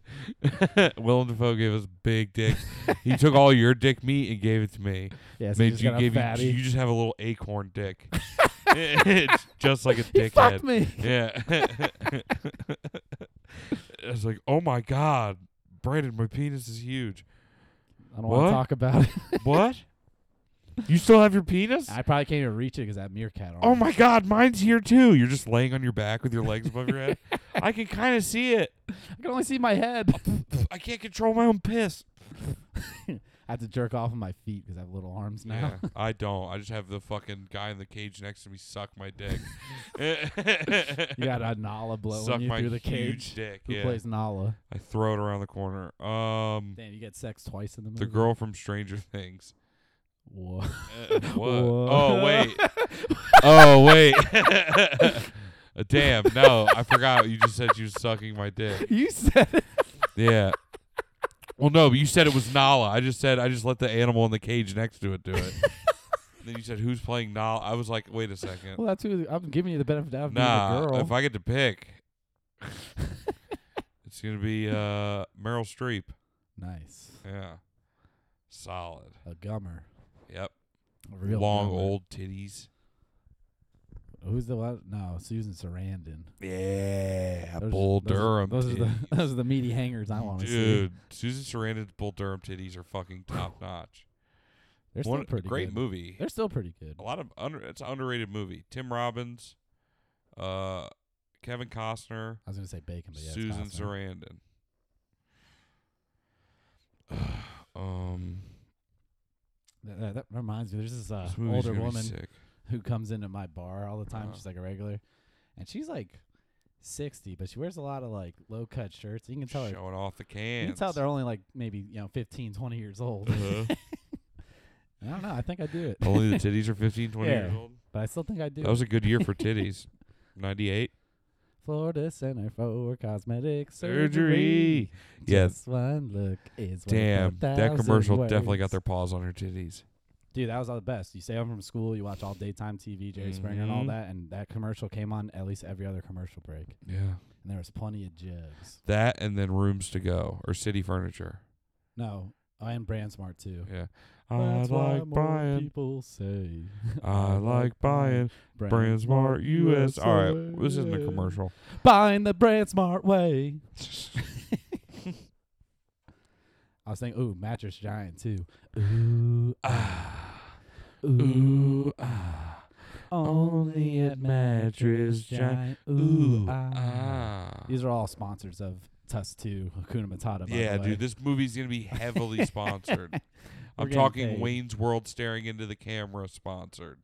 C: Willem Dafoe gave us big dicks. he took all your dick meat and gave it to me.
D: Yes.
C: Made
D: you just got a
C: gave
D: fatty.
C: You, you just have a little acorn dick. it's just like a
D: You
C: dickhead.
D: fucked me.
C: Yeah. I was like, oh my God, Brandon, my penis is huge.
D: I don't want to
C: What?
D: talk about it.
C: What? You still have your penis?
D: I probably can't even reach it because that meerkat.
C: oh
D: arm.
C: my God, mine's here too. You're just laying on your back with your legs above your head. I can kind of see it.
D: I can only see my head.
C: I can't control my own piss.
D: I have to jerk off on my feet because I have little arms now.
C: Yeah, I don't. I just have the fucking guy in the cage next to me suck my dick.
D: You got a Nala blowing
C: suck
D: you
C: my
D: through the
C: huge
D: cage.
C: dick.
D: Who
C: yeah.
D: plays Nala?
C: I throw it around the corner. Um,
D: Damn, you get sex twice in the movie.
C: the girl from Stranger Things.
D: Whoa.
C: Uh, what?
D: Whoa.
C: Oh wait. oh wait. Uh, Damn. No, I forgot. You just said you was sucking my dick.
D: you said it.
C: Yeah. Well, no, but you said it was Nala. I just said I just let the animal in the cage next to it do it. then you said who's playing Nala? I was like, wait a second.
D: Well, that's who I'm giving you the benefit of the doubt of being a
C: Nah.
D: girl.
C: If I get to pick, it's gonna be uh, Meryl Streep.
D: nice.
C: Yeah. Solid.
D: A gummer.
C: Yep.
D: A real
C: Long
D: gummer.
C: old titties.
D: Who's the one? No, Susan Sarandon.
C: Yeah,
D: Those-
C: Bull
D: those are-
C: Durham.
D: Those are,
C: titties.
D: the those are the meaty hangers I want to see.
C: Dude, Susan Sarandon's Bull Durham titties are fucking top notch.
D: They're still
C: One
D: pretty
C: great
D: good.
C: movie.
D: They're still pretty good.
C: A lot of under, it's an underrated movie. Tim Robbins, uh, Kevin Costner,
D: I was gonna say bacon, but yeah, it's
C: Susan
D: Costner.
C: Sarandon. um,
D: That, that, that reminds me. There's this, uh,
C: this movie's
D: older
C: gonna be
D: woman
C: sick.
D: who comes into my bar all the time.
C: Uh-huh.
D: She's like a regular, and she's like sixty, but she wears a lot of like low cut shirts. You can tell her.
C: showing off the
D: You
C: cans.
D: can tell they're only like maybe you know 15, 20 years old.
C: Uh-huh.
D: I don't know. I think I do it,
C: Only the titties are 15, 20 years
D: Yeah.
C: old.
D: but I still think I do.
C: That was a good year for titties. 98.
D: Florida Center for Cosmetic
C: Surgery.
D: Surgery.
C: Yeah.
D: Just one look is worth a
C: Damn, that
D: thousand
C: commercial definitely got
D: words.
C: their paws on her titties.
D: Dude, that was all the best. You stay home from school, you watch all daytime TV, Jerry Springer, and all
C: Mhm.
D: that, and that commercial came on at least every other commercial break,
C: Yeah.
D: and there was plenty of jugs.
C: That and then rooms to go or city furniture.
D: No, oh, and Brand Smart too.
C: Yeah.
D: That's
C: I
D: why
C: like
D: more
C: buying.
D: People say
C: I like buying Brand Smart US. All right, this isn't a
D: USA.
C: commercial.
D: Buying the Brand Smart way. I was thinking, ooh, mattress giant too. Ooh ah, ooh ah. Only at mattress giant. Ooh ah. These are all sponsors of Tusk 2, Hakuna Matata. By
C: Yeah,
D: the way.
C: dude, this movie's gonna be heavily sponsored.
D: We're
C: I'm
D: getting
C: talking
D: paid.
C: Wayne's World staring into the camera sponsored.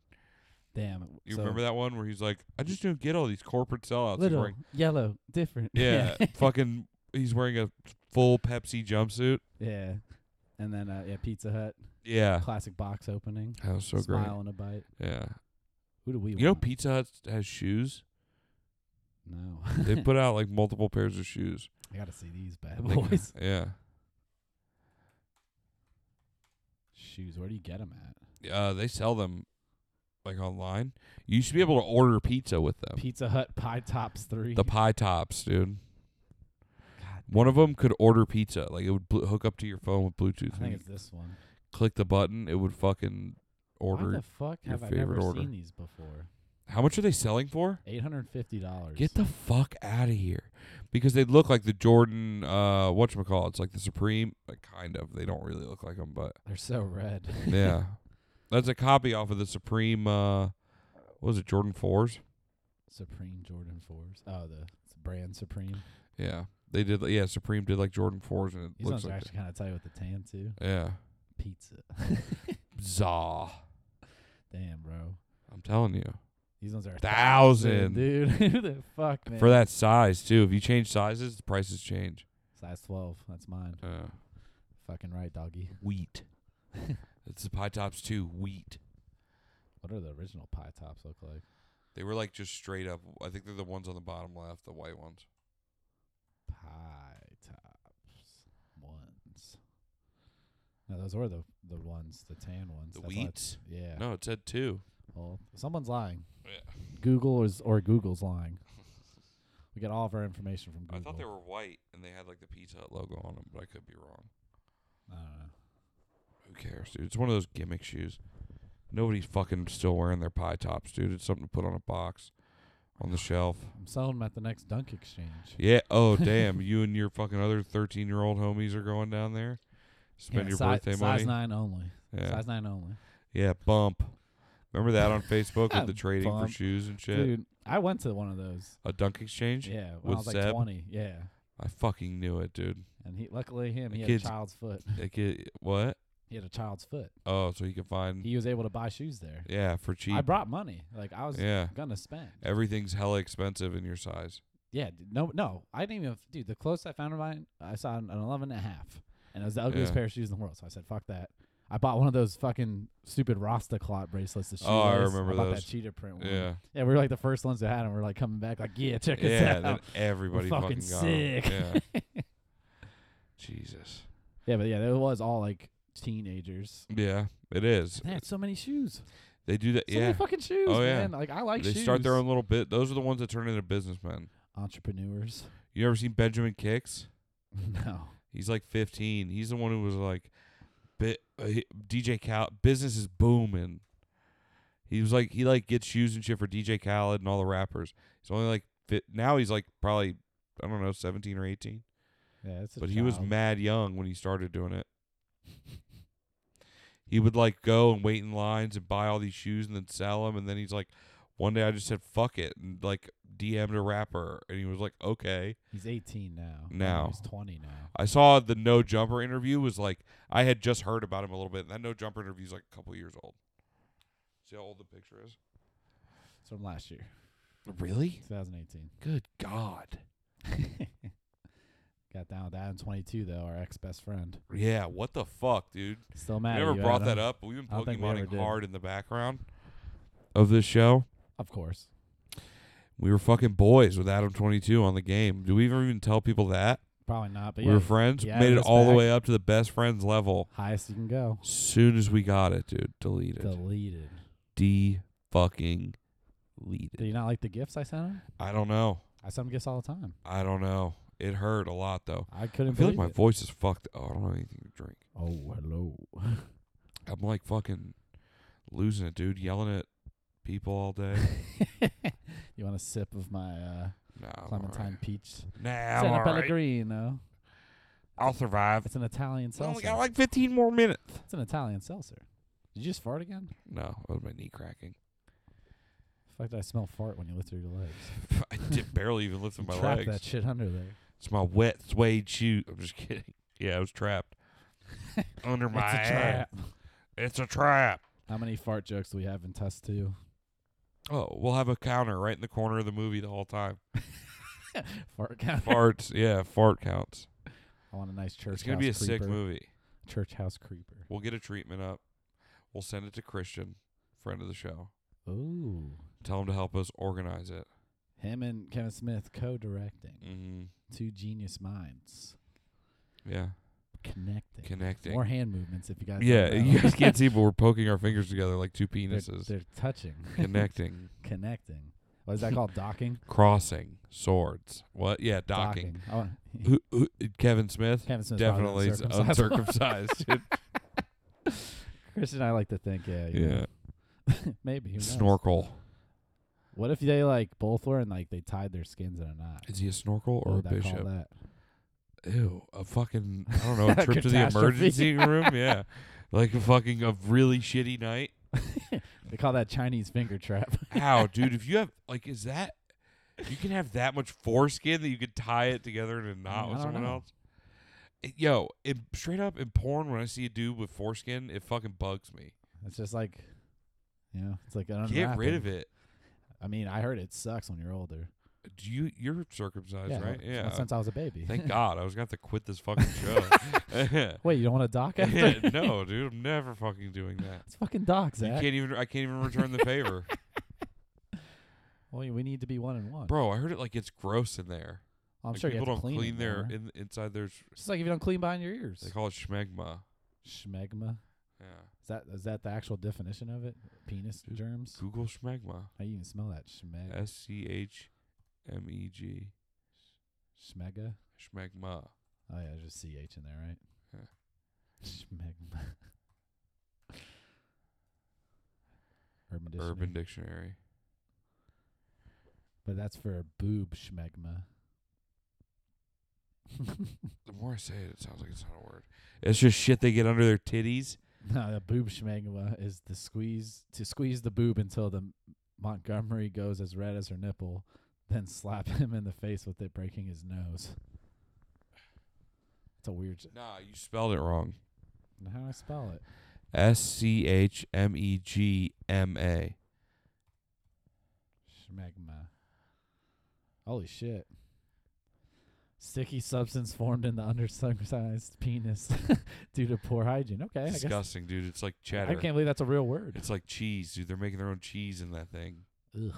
D: Damn.
C: You remember that one where he's like, "I just don't get all these corporate sellouts." He's
D: Little,
C: wearing-
D: yellow, different.
C: yeah, fucking. He's wearing a full Pepsi jumpsuit.
D: yeah. And then uh, yeah, Pizza Hut,
C: Yeah,
D: classic box opening,
C: that was Ah. so
D: smile and a bite.
C: great. Yeah,
D: Who do we?
C: you know
D: want?
C: Pizza Hut has shoes.
D: no,
C: They put out like multiple pairs of shoes.
D: I gotta see these bad
C: They-
D: boys.
C: Yeah.
D: Shoes. Where do you get them at?
C: Uh, they sell them like online. You used to be able to order pizza with them.
D: Pizza Hut pie tops three.
C: The pie tops, dude.
D: God,
C: One of them could order pizza. Like it would bl- hook up to your phone with Bluetooth.
D: I
C: and
D: think
C: you
D: it's this one.
C: click the button, it would fucking
D: Why
C: order.
D: the fuck
C: your
D: have I never
C: favorite order.
D: seen these before?
C: How much are they selling for?
D: Eight hundred and fifty dollars.
C: Get the fuck out of here. Because they look like the Jordan, uh, whatchamacallit. It's like the Supreme, like, kind of. They don't really look like them, but
D: They're so red.
C: yeah. That's a copy off of the Supreme, uh, what was it, Jordan 4s?
D: Supreme Jordan fours. Oh, the it's brand Supreme.
C: Yeah. They did, yeah, Supreme did like Jordan 4s, and it
D: These
C: looks
D: ones are
C: like.
D: actually kind of tight with the tan too.
C: Yeah.
D: Pizza.
C: Zah.
D: Damn, bro.
C: I'm telling you.
D: These ones are a
C: Thousand.
D: dude. Who the fuck, man?
C: For that size, too. If you change sizes, the prices change.
D: size twelve. That's mine.
C: Yeah.
D: Fucking right, doggy.
C: Uh, Wheat. it's the pie tops, too. Wheat.
D: What are the original pie tops look like?
C: They were like just straight up. I think they're the ones on the bottom left, the white ones.
D: Pie tops ones. No, those were the the ones, the tan ones.
C: The
D: That's why I-
C: wheats.
D: Yeah.
C: No, it said two.
D: Well, someone's lying.
C: Yeah.
D: Google is or Google's lying. We get all of our information from Google.
C: I thought they were white and they had like the Pizza Hut logo on them, but I could be wrong.
D: I don't know.
C: Who cares, dude? It's one of those gimmick shoes. Nobody's fucking still wearing their pie tops, dude. It's something to put on a box, on the shelf.
D: I'm selling them at the next Dunk Exchange.
C: Yeah. Oh, damn. You and your fucking other thirteen-year-old homies are going down there. Spend
D: Yeah,
C: your
D: si-
C: birthday
D: size
C: money.
D: nine only.
C: yeah.
D: Size nine only.
C: yeah. Bump. Remember that on Facebook with the trading
D: Bump.
C: for shoes and shit.
D: Dude, I went to one of those.
C: A dunk exchange.
D: Yeah,
C: With
D: when I was like
C: Seb?
D: 20. Yeah,
C: I fucking knew it, dude.
D: and he luckily him
C: The
D: he
C: kids-
D: had a child's foot.
C: Like it, what?
D: He had a child's foot.
C: Oh, so you can find
D: He was able to buy shoes there.
C: yeah for cheap.
D: I brought money. Like I was
C: yeah,
D: gonna spend.
C: everything's hella expensive in your size.
D: Yeah, dude, no, no, I didn't even. Dude, the closest I found of mine, I saw an, an 11 and a half, and it was the ugliest
C: Yeah.
D: pair of shoes in the world. So I said, "Fuck that." I bought one of those fucking stupid Rasta clot bracelets. The
C: Oh, I
D: shoelace.
C: remember
D: bought
C: those.
D: that cheetah print one.
C: Yeah,
D: yeah, we were like the first ones that had them. We are like coming back, like, "Yeah, check us
C: yeah.
D: out."
C: Then everybody
D: fucking
C: got 'em.
D: sick.
C: Yeah. Jesus.
D: yeah, but yeah, it was all like teenagers.
C: Yeah, it is.
D: They had so many shoes.
C: They do that.
D: So
C: yeah,
D: many fucking shoes,
C: Oh, yeah.
D: man. Like I like
C: they
D: shoes.
C: start their own little bit. Those are the ones that turn into businessmen.
D: entrepreneurs.
C: You ever seen Benjamin Kicks?
D: no.
C: He's like 15. He's the one who was like, bi- uh, he- DJ Cal, business is booming. He was like, he like gets shoes and shit for DJ Khaled and all the rappers. He's only like, fit, now he's like probably, I don't know, 17 or 18.
D: Yeah, it's a
C: But he was
D: job.
C: mad young when he started doing it. he would like go and wait in lines and buy all these shoes and then sell them. And then he's like, one day I just said, fuck it. And like DM'd a rapper. And he was like, okay.
D: He's 18 now. Oh,
C: Now.
D: he's 20 now.
C: I saw the no jumper interview was like I had just heard about him a little bit, and that no jumper interview is like a couple years old. See how old the picture is?
D: It's from last year,
C: Really?
D: 2018.
C: Good God.
D: Got down with Adam 22 though, our ex best friend.
C: Yeah, what the fuck, dude?
D: Still
C: We
D: mad. at
C: never
D: you,
C: brought
D: Adam.
C: that up. We've been
D: I don't think we ever
C: Pokemoning
D: did.
C: hard in the background of this show.
D: Of course.
C: We were fucking boys with Adam twenty two on the game. Do we ever even tell people that?
D: Probably not. But
C: we
D: yeah,
C: were friends.
D: yeah,
C: made it
D: that's
C: all the
D: back.
C: way up to the best friends level.
D: highest you can go.
C: Soon as we got it, dude, deleted.
D: Deleted.
C: D fucking deleted.
D: Do you not like the gifts I sent him?
C: I don't know.
D: I send him gifts all the time.
C: I don't know. It hurt a lot though.
D: I
C: I
D: couldn't
C: feel like
D: believe
C: my
D: it.
C: voice is fucked. Oh, I don't have anything to drink.
D: oh, hello.
C: I'm like fucking losing it, dude. Yelling at people all day.
D: you want a sip of my uh,
C: nah, I'm
D: clementine peach?
C: alright. Nah, I'm
D: Santa
C: alright.
D: Pellegrino.
C: I'll survive.
D: It's an Italian
C: I only
D: seltzer.
C: got like 15 more minutes.
D: It's an Italian seltzer. Did you just fart again?
C: No, that was my knee cracking.
D: In fact, I smell fart when you lift your legs.
C: I did barely even lift
D: You
C: up my
D: trap
C: legs.
D: that shit under there.
C: It's my wet suede shoe. I'm just kidding. Yeah, I was trapped under my
D: It's a
C: ass.
D: trap.
C: It's a trap.
D: How many fart jokes do we have in Test 2?
C: Oh, we'll have a counter right in the corner of the movie the whole time.
D: Fart count.
C: Farts, yeah, fart counts.
D: I want a nice church.
C: It's gonna be a
D: house
C: sick
D: creeper.
C: movie.
D: Church House Creeper.
C: We'll get a treatment up. We'll send it to Christian, friend of the show.
D: Ooh.
C: Tell him to help us organize it.
D: Him and Kevin Smith co-directing.
C: Mm-hmm.
D: Two genius minds
C: Yeah,
D: connecting.
C: connecting.
D: More hand movements if you guys.
C: yeah,
D: don't know.
C: you guys can't see, but we're poking our fingers together like two
D: They're,
C: penises,
D: they're touching,
C: connecting,
D: connecting. What is that called? Docking.
C: crossing, swords. What? Yeah, docking.
D: Docking. Oh,
C: Who, who, Kevin Smith
D: Kevin Smith
C: definitely is uncircumcised.
D: Christian, I like to think, yeah, you
C: yeah,
D: know, maybe. who knows?
C: snorkel.
D: What if they like both were and like they tied their skins in a knot?
C: Is he a snorkel
D: What
C: or a
D: would that call
C: bishop?
D: that?
C: ew, a fucking I don't know, a trip to the
D: Catastrophe.
C: emergency room, yeah. Like a fucking a really shitty night.
D: They call that Chinese finger trap.
C: Ow, dude, if you have like is that you can have that much foreskin that you could tie it together in a knot
D: I
C: with
D: don't
C: someone
D: know.
C: else? It- yo, it, straight up in porn when I see a dude with foreskin, it fucking bugs me.
D: it's just like, you know, it's like an
C: Get rid
D: unwrapping.
C: of it.
D: I mean, I heard it sucks when you're older.
C: Do you you're circumcised, right?
D: well,
C: Yeah.
D: Since I was a baby.
C: Thank God. I was gonna have to quit this fucking show.
D: Wait, you don't want to dock after?
C: Yeah, no, dude, I'm never fucking doing that.
D: It's fucking dock,
C: You
D: Zach.
C: can't even I can't even return the favor.
D: Well, we need to be one and one.
C: Bro, I heard it like it's gross in there.
D: I'm
C: Like,
D: sure you
C: people
D: have to
C: don't
D: clean,
C: clean,
D: it
C: their
D: more.
C: in, inside their. sh-
D: It's just like if you don't clean behind your ears.
C: They call it schmegma.
D: Schmegma.
C: Yeah.
D: Is that is that the actual definition of it? Penis
C: Dude,
D: germs.
C: Google schmegma.
D: How you even smell that schmeg
C: S C H M E G.
D: schmega?
C: Schmegma.
D: Oh yeah, there's a ch in there, right?
C: Yeah.
D: Schmegma. Urban dictionary.
C: Urban Dictionary.
D: but that's for boob schmegma.
C: The more I say it, it sounds like it's not a word. It's just shit they get under their titties.
D: no, the boob schmegma is the squeeze to squeeze the boob until the Montgomery goes as red as her nipple, then slap him in the face with it breaking his nose. It's a weird.
C: Nah, you spelled it wrong.
D: How do I spell it?
C: S C H M E G M A.
D: Schmegma. Holy shit. Sticky substance formed in the undersized penis due to poor hygiene. Okay, I guess.
C: Disgusting, dude. It's like
D: I
C: cheddar.
D: can't believe that's a real word.
C: It's like cheese, dude. They're making their own cheese in that thing.
D: Ugh.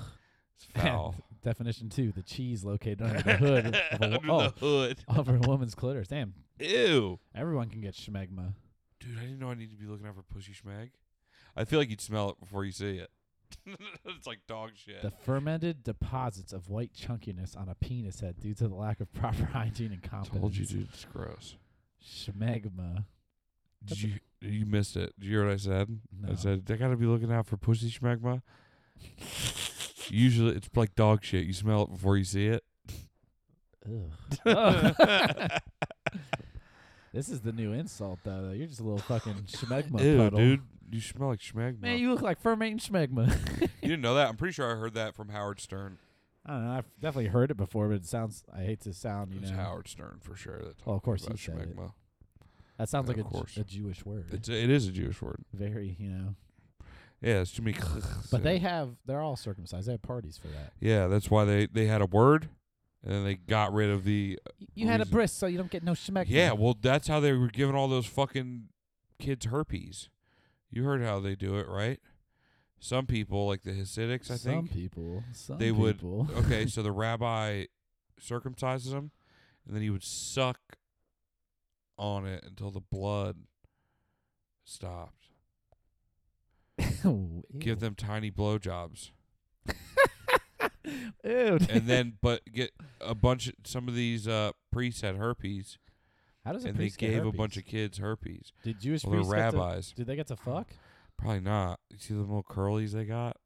C: It's foul.
D: Definition two: the cheese located under the hood of a,
C: under
D: wo-
C: the hood.
D: oh, of a woman's clitoris. Damn,
C: Ew.
D: everyone can get schmegma.
C: Dude, I didn't know I needed to be looking out for pussy schmag. I feel like you'd smell it before you see it. it's like dog shit.
D: The fermented deposits of white chunkiness on a penis head due to the lack of proper hygiene and
C: I
D: competence.
C: told you, dude. It's gross.
D: Schmegma.
C: Did you you missed it? Did you hear what I said? I
D: No.
C: said they gotta be looking out for pussy schmegma. Usually, it's like dog shit. You smell it before you see it.
D: Ugh. this is the new insult, though. though. You're just a little fucking schmegma
C: Ew,
D: puddle.
C: dude, you smell like schmegma.
D: Man,
C: you,
D: you look like fermenting schmegma.
C: didn't know that? I'm pretty sure I heard that from Howard Stern.
D: I don't know. I've definitely heard it before, but it sounds. I hate to sound, you
C: It was
D: know.
C: Howard Stern for sure. That
D: Well, of
C: talked
D: course
C: about
D: he said it.
C: schmegma.
D: That sounds
C: Yeah,
D: like a,
C: of course.
D: Ju- a Jewish word.
C: It's a, it is a Jewish word.
D: Very, you know.
C: Yeah, it's too many.
D: But they have. They're all circumcised. They have parties for that.
C: Yeah, that's why they they had a word, and then they got rid of the.
D: You had a
C: Reason-
D: bris, so you don't get no schmegma.
C: Yeah, well, that's how they were giving all those fucking kids herpes. You heard how they do it, right? Some people, like the Hasidics, I
D: some
C: think.
D: people. Some
C: they would-
D: people.
C: okay, so the rabbi circumcises him, and then he would suck on it until the blood stopped.
D: Ew.
C: Give them tiny blowjobs,
D: Ew, dude.
C: and then but get a bunch. Of, some of these uh, priests had herpes,
D: How does a
C: and they
D: priest get
C: gave a bunch
D: herpes?
C: of kids herpes.
D: Did Jewish
C: Well,
D: priests
C: they're
D: get to-
C: rabbis.
D: Did they get to fuck?
C: Probably not. You see the little curlies they got?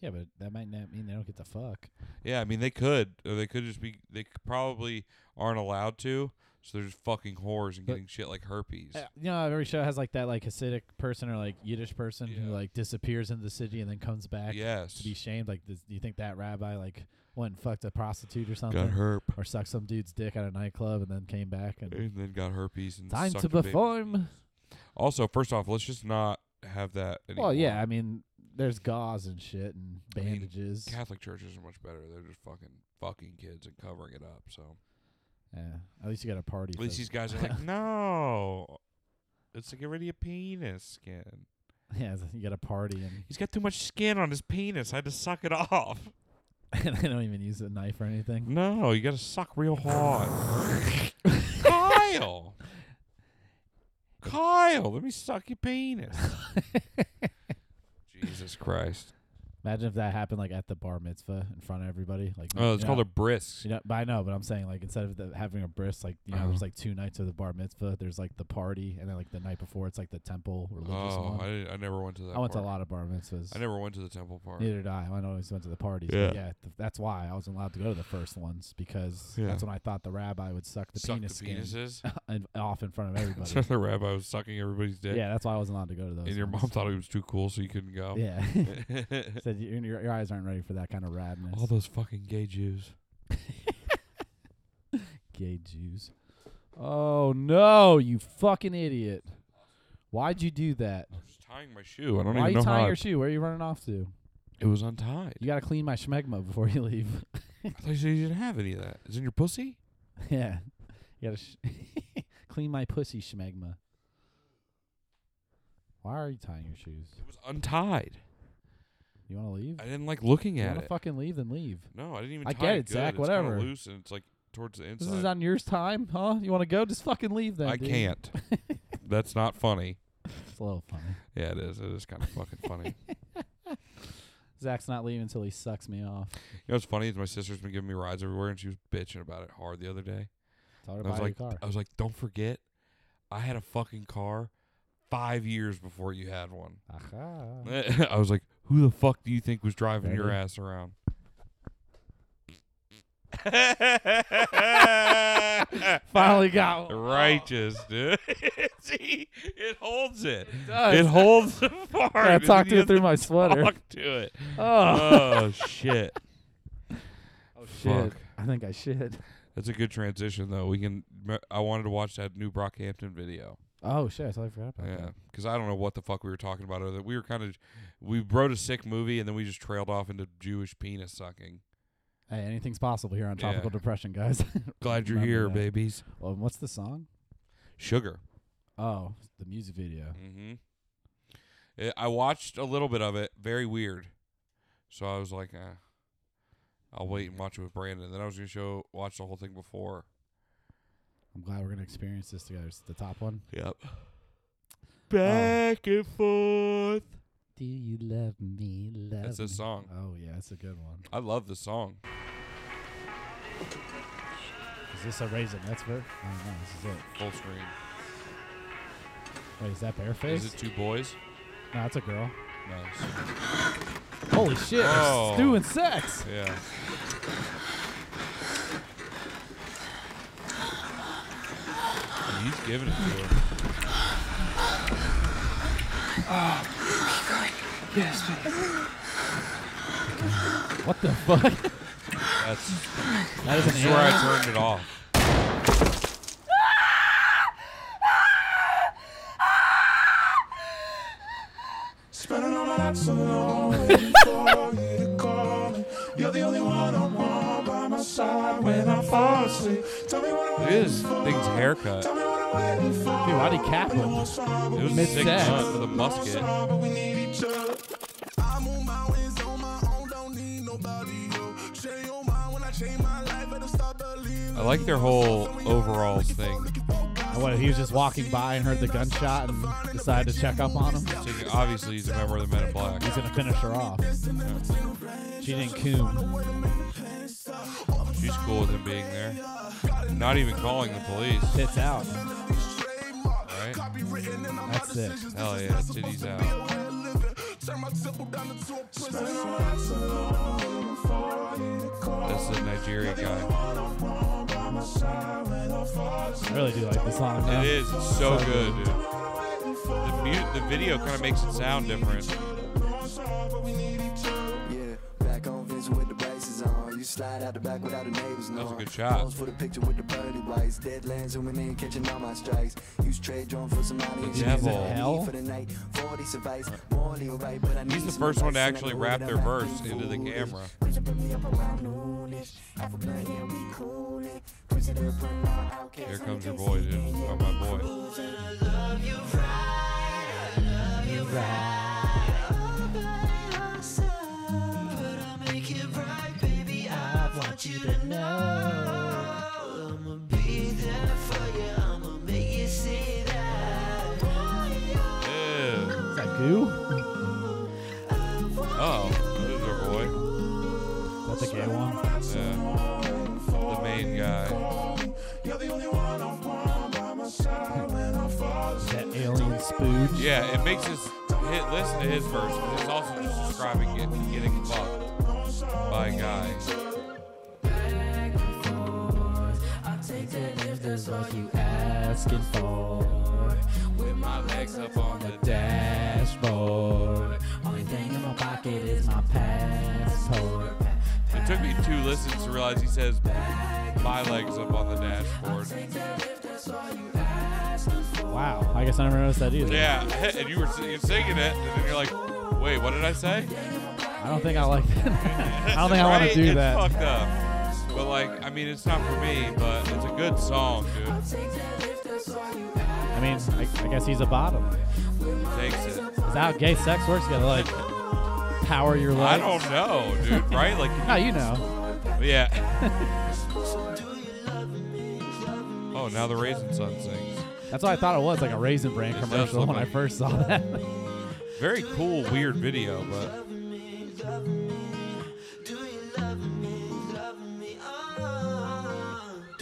D: Yeah, but that might not mean they don't get to fuck.
C: Yeah, I mean they could, or they could just be. They c- probably aren't allowed to, so they're just fucking whores and
D: But-
C: getting shit like herpes.
D: Uh, you know, every show has like that like Hasidic person or like Yiddish person
C: Yeah.
D: who like disappears into the city and then comes back
C: yes,
D: to be shamed. Like, does, do you think that rabbi like went and fucked a prostitute or something,
C: got herp,
D: or sucked some dude's dick at a nightclub and then came back and
C: and then got herpes. And
D: time
C: sucked
D: to
C: a baby's
D: perform?
C: penis. Also, first off, let's just not have that. Anymore.
D: Well, yeah, I mean, there's gauze and shit and
C: I mean,
D: bandages.
C: Catholic churches are much better. They're just fucking fucking kids and covering it up. So
D: yeah, at least you got a party.
C: at least
D: for-
C: these guys are like, no, It's to get rid of your penis skin.
D: Yeah, you got a party and,
C: He's got too much skin on his penis. I had to suck it off.
D: and I don't even use a knife or anything.
C: No, you gotta suck real hard. Kyle! Kyle, let me suck your penis. Jesus Christ.
D: Imagine if that happened like at the bar mitzvah in front of everybody. Like,
C: Oh, it's
D: you
C: called
D: know,
C: a brisk.
D: You know, but I know, but I'm saying like instead of the, having a bris, like you know,
C: Uh-huh.
D: there's like two nights of the bar mitzvah. There's like the party, and then like the night before, it's like the temple religious
C: Oh,
D: one.
C: I, didn't- I never went to that.
D: I went to a
C: part.
D: lot of bar mitzvahs.
C: I never went to the temple part.
D: Neither did I. I always went to the parties.
C: Yeah.
D: But yeah, th- that's why I wasn't allowed to go to the first ones because
C: Yeah.
D: that's when I thought the rabbi would suck the
C: Suck the
D: penis skin
C: penises.
D: and- off in front of
C: So
D: everybody.
C: the rabbi was sucking everybody's dick.
D: yeah, that's why I wasn't allowed to go to those.
C: And your
D: ones.
C: mom thought it was too cool, so you couldn't go.
D: Yeah. Said your, your, your eyes aren't ready for that kind of radness.
C: All those fucking gay Jews.
D: gay Jews. Oh no, you fucking idiot! Why'd you do that?
C: I was tying my shoe. I don't
D: Why are
C: even
D: you
C: know
D: tying
C: how. I-
D: your shoe? Where are you running off to?
C: it was untied.
D: You gotta clean my schmegma before you leave.
C: I thought you said you didn't have any of that. Is it in your pussy?
D: yeah, you gotta sh- clean my pussy schmegma. Why are you tying your shoes?
C: It was untied.
D: You want to leave?
C: I didn't like looking
D: you
C: at
D: want
C: it.
D: to fucking leave? Then leave.
C: No, I didn't even.
D: I
C: tie
D: get
C: it,
D: it, Zach,
C: good. It's kinda
D: whatever.
C: loose and it's like towards the inside.
D: This is on your time, huh? You want to go? Just fucking leave then.
C: I
D: dude.
C: can't. That's not funny.
D: It's a little funny.
C: Yeah, it is. It is kind of fucking funny.
D: Zach's not leaving until he sucks me off.
C: You know what's funny is my sister's been giving me rides everywhere, and she was bitching about it hard the other day.
D: Tell her
C: And
D: to
C: I was
D: buy
C: like,
D: your car.
C: I was like, don't forget, I had a fucking car five years before you had one. uh,
D: Aha.
C: I was like, who the fuck do you think was driving your
D: Ready?
C: ass around? Finally
D: Finally got one.
C: Righteous, dude. See, it holds it. It,
D: does.
C: holds the fart.
D: I
C: and
D: talked to
C: you
D: it through my
C: have to
D: sweater.
C: Talk to it. Oh
D: Oh,
C: shit.
D: shit.
C: fuck.
D: I think I should.
C: That's a good transition, though. We can. me- I wanted to watch that new Brockhampton video.
D: Oh shit, I totally forgot about
C: Yeah,
D: that.
C: because I don't know what the fuck we were talking about. Other than we were kind of, we wrote a sick movie and then we just trailed off into Jewish penis sucking.
D: Hey, anything's possible here on Tropical
C: Yeah.
D: Depression, guys.
C: Glad you're
D: Remember
C: here,
D: that.
C: babies.
D: well, what's the song?
C: Sugar.
D: Oh, the music video.
C: Mm-hmm. Eh, I watched a little bit of it. Very weird. So I was like, eh, I'll wait and watch it with Brandon. Then I was gonna show watch the whole thing before.
D: I'm glad we're gonna experience this together. It's the top one.
C: Yep.
D: Back
C: and forth.
D: Do you love me? Love
C: That's
D: me?
C: this song.
D: Oh yeah, that's a good one.
C: I love the song.
D: Is this a raisin expert? I don't know. This is it.
C: Full screen.
D: Wait, is that bareface?
C: Is it two boys?
D: no, that's a girl.
C: Nice.
D: Holy shit! they're
C: Oh.
D: doing sex.
C: Yeah. He's giving it to her.
D: What the fuck?
C: That's,
D: That is an
C: that's where I
D: animal?
C: turned it off.
B: Spending all my nights so long waiting for you to call me. You're the only one I want by my side when I fall asleep. Tell me what I'm
C: Look at
B: waiting
C: this
B: for.
C: thing's haircut.
B: Tell me what I'm waiting for.
D: Dude, why did Kaplan?
C: It was
D: Mid-sex.
C: six months with a musket.
B: But we need each other.
E: I'm on my ways on my own, don't need nobody. Yo. Change your mind when I change my life, better stop believing.
C: I like their whole overalls thing.
D: And What, he was just walking by and heard the gunshot and decided to check up on him?
C: So you- obviously, he's a member of the Men in Black.
D: He's gonna finish her off. She didn't coon.
C: She's cool with him being there. Not even calling the police,
D: Tits out.
C: right?
D: That's it.
C: Hell yeah, titties out. That's the Nigerian guy.
D: I really do like this song.
C: It
D: though.
C: is. It's so good, dude. The, mu- the video kind of makes it sound different.
F: Yeah, back on Vince with the braces on. You slide out the back without the neighbors knowing.
C: was a good shot.
F: Pose for the picture with the birdie bites. Deadlands zooming in, catching all my strikes. Use trade drone for some money.
C: The devil.
D: Hell?
F: For the night, 40 survives. Morally right, but I need
C: He's the
F: some
C: first one to
F: advice, and I
C: actually
F: know
C: wrap
F: that
C: their
F: I'm
C: verse
F: acting
C: into the
F: foolish.
C: camera.
F: Prince of Bel-Air up around noonish. Half a blunt, yeah, we cool it. Prince of the Bel-Air, outcast,
C: Here comes your
F: outcast,
C: boy, dude. Oh, my boy.
F: cruising. Love you right
D: too?
C: Oh, there's our boy.
D: That's a gay one.
C: Yeah. The main guy.
D: That alien spooge.
C: Yeah, it makes us hit listen to his verse because it's also just describing get, getting fucked by a guy.
G: I'll take that if that's all you asking for. With my legs up on the dashboard. Only thing in my pocket is my passport.
C: It took me two listens to realize he says my legs up on the dashboard.
D: Wow. I guess I never noticed that either.
C: Yeah, and you were si- you're singing it, and then you're like, wait, what did I say?
D: I don't think I like that. I don't think I want
C: Right?
D: to do
C: it's
D: that.
C: fucked up. But like, I mean, it's not for me, but it's a good song, dude.
D: I mean, I, I guess he's a bottom.
C: Takes it.
D: Is that how gay sex works? You gotta like power your
C: I
D: legs.
C: don't know, dude. Right? Like,
D: How you know?
C: yeah. oh, now the Raisin Sun sings.
D: That's what I thought it was, like a Raisin Brand
C: It does
D: commercial
C: look
D: when I
C: like-
D: first saw that.
C: Very cool, weird video, but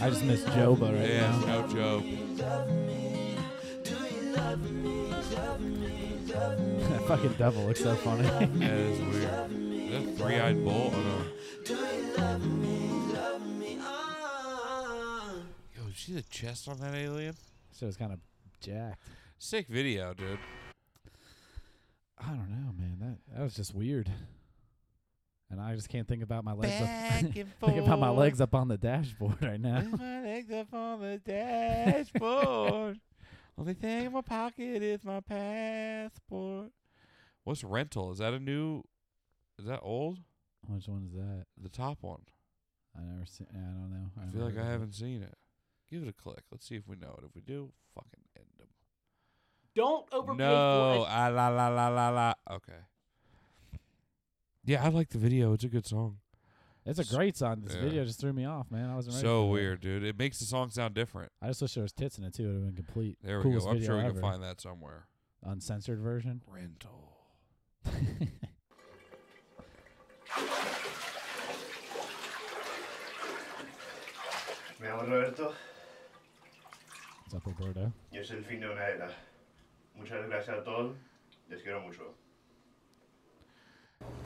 D: I just miss Joba right
C: yeah,
D: now.
C: no joke.
D: that fucking devil looks so funny.
C: That is weird. Is that three-eyed bull? Oh no. Yo, did you see the chest on that alien?
D: so it's kind of jacked.
C: Sick video, dude.
D: I don't know, man. That that was just weird. And I just can't think about my legs up.
C: and
D: think about my legs up on the dashboard right now.
C: my legs up on the dashboard. Only thing in my pocket is my passport. What's rental? Is that a new? Is that old?
D: Which one is that?
C: The top one.
D: I never seen. I don't know.
C: I
D: never
C: feel like
D: heard
C: I
D: of it.
C: haven't seen it. Give it a click. Let's see if we know it. If we do, fucking end them.
H: Don't overpay
C: No,
H: for
C: ah, la la la la la. Okay. Yeah, I like the video. It's a good song.
D: It's a great song. This
C: Yeah.
D: video just threw me off, man. I wasn't ready.
C: So
D: for that.
C: weird, dude. It makes the song sound different.
D: I just wish there was tits in it too. It would have been complete.
C: There we
D: Coolest
C: go. I'm
D: video
C: sure we
D: ever.
C: can find that somewhere.
D: uncensored version.
C: Rental.
I: Mi llamo Roberto,
D: What's up, Roberto?
I: y es el fin de una era. Muchas gracias a todos, les quiero mucho.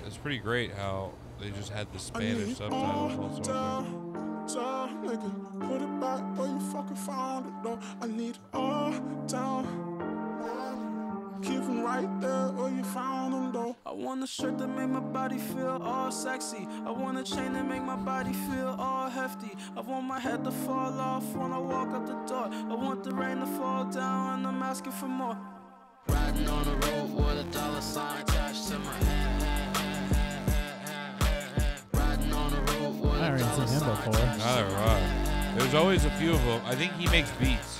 C: It's pretty great how they just had the Spanish subtitles also. up there.
E: Down, nigga, put it back where you fucking found it, though. I need it all down. Keep 'em right there where you found them, though.
J: I want a shirt that make my body feel all sexy. I want a chain that make my body feel all hefty. I want my head to fall off when I walk out the door. I want the rain to fall down and I'm asking for more. Riding on the road with a dollar sign attached to my hand. Riding on the road with
D: I haven't seen him before.
C: Neither have I. There's always a few of them. I think he makes beats.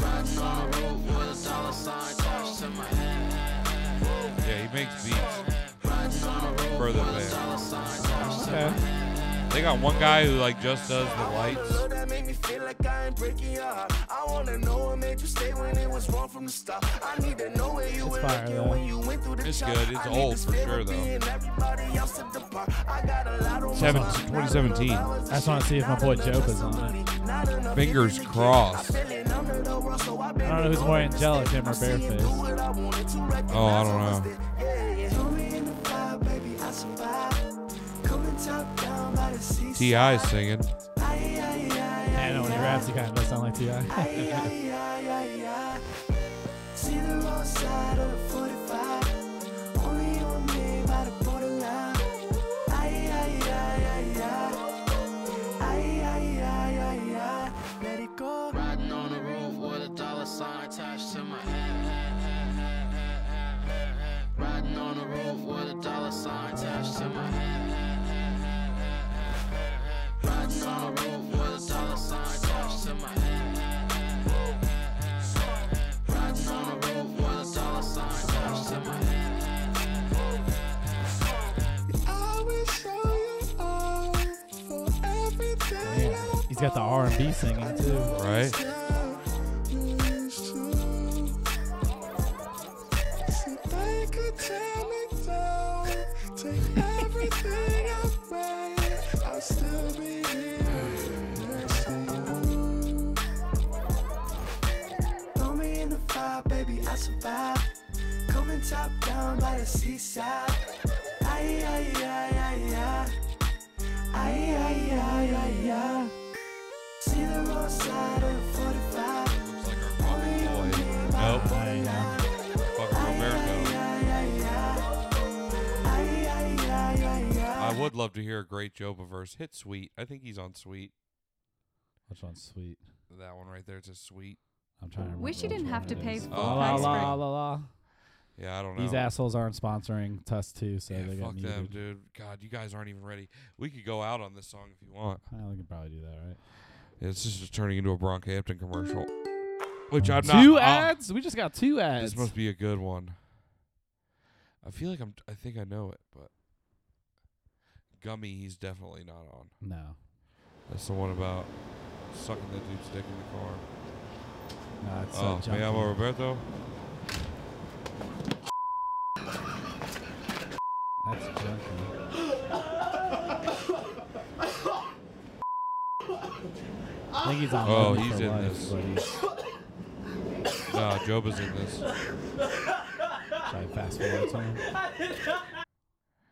C: Yeah, he makes beats for the band.
D: Okay.
C: They got one guy who like just does the lights.
E: that made me feel like I ain't breaking your heart. I wanna know what made you stay when it was wrong from the start. I need to know where you
D: It's fire though.
E: you went through the
C: It's good. It's old for sure though.
E: everybody else at the bar. I got a lot of
C: Seven, 2017.
D: I just want to see if my boy Jopa's on it.
C: Fingers crossed.
D: I don't know who's more angelic, him or Bareface.
C: Oh, I don't know. T.I. singing.
D: I know when he raps, he kind of does sound like T.I.
J: Riding on the roof with a dollar sign attached to my hand. Riding on the roof with a dollar sign attached to my hand. Riding on the roof with a dollar sign attached to my hand. Riding on the roof with a dollar sign attached to my hand.
D: Man, He's got the R&B singing too.
C: Right?
F: ride, baby, I survive. Coming top down by the seaside. Ay, ay, ay, ay, ay. Ay, ay, ay, ay, ay. See the wrong side of 45.
C: Nope. Fucking Roberto. I would love to hear a great Joba verse. Hit Sweet. I think he's on Sweet.
D: Which one's sweet?
C: That one right there. It's a Sweet.
D: I'm trying to remember.
K: Wish you
D: which
K: didn't
D: one
K: have
D: it
K: to pay
D: is.
K: full
D: La, la,
K: price for
D: la,
K: it.
D: la, la.
C: Yeah, I don't know.
D: These assholes aren't sponsoring Tuss too, so
C: Yeah,
D: they got
C: fuck them,
D: muted.
C: dude. God, you guys aren't even ready. We could go out on this song if you want.
D: Well, we can probably do that, right?
C: It's just is turning into a Broncampton commercial, which I'm not.
D: two
C: uh,
D: ads. we just got two ads.
C: This must be a good one. I feel like I'm. I think I know it, but Gummy, he's definitely not on.
D: No,
C: That's the one about sucking the dude's dick in the car.
D: no, it's
C: oh,
D: uh,
C: me
D: junkie.
C: llamo Roberto.
D: That's junkie. I think he's on.
C: Oh,
D: Lemon
C: he's
D: for
C: in
D: life,
C: this.
D: but he's-
C: Nah, Joba's in this.
D: Should I fast forward to him?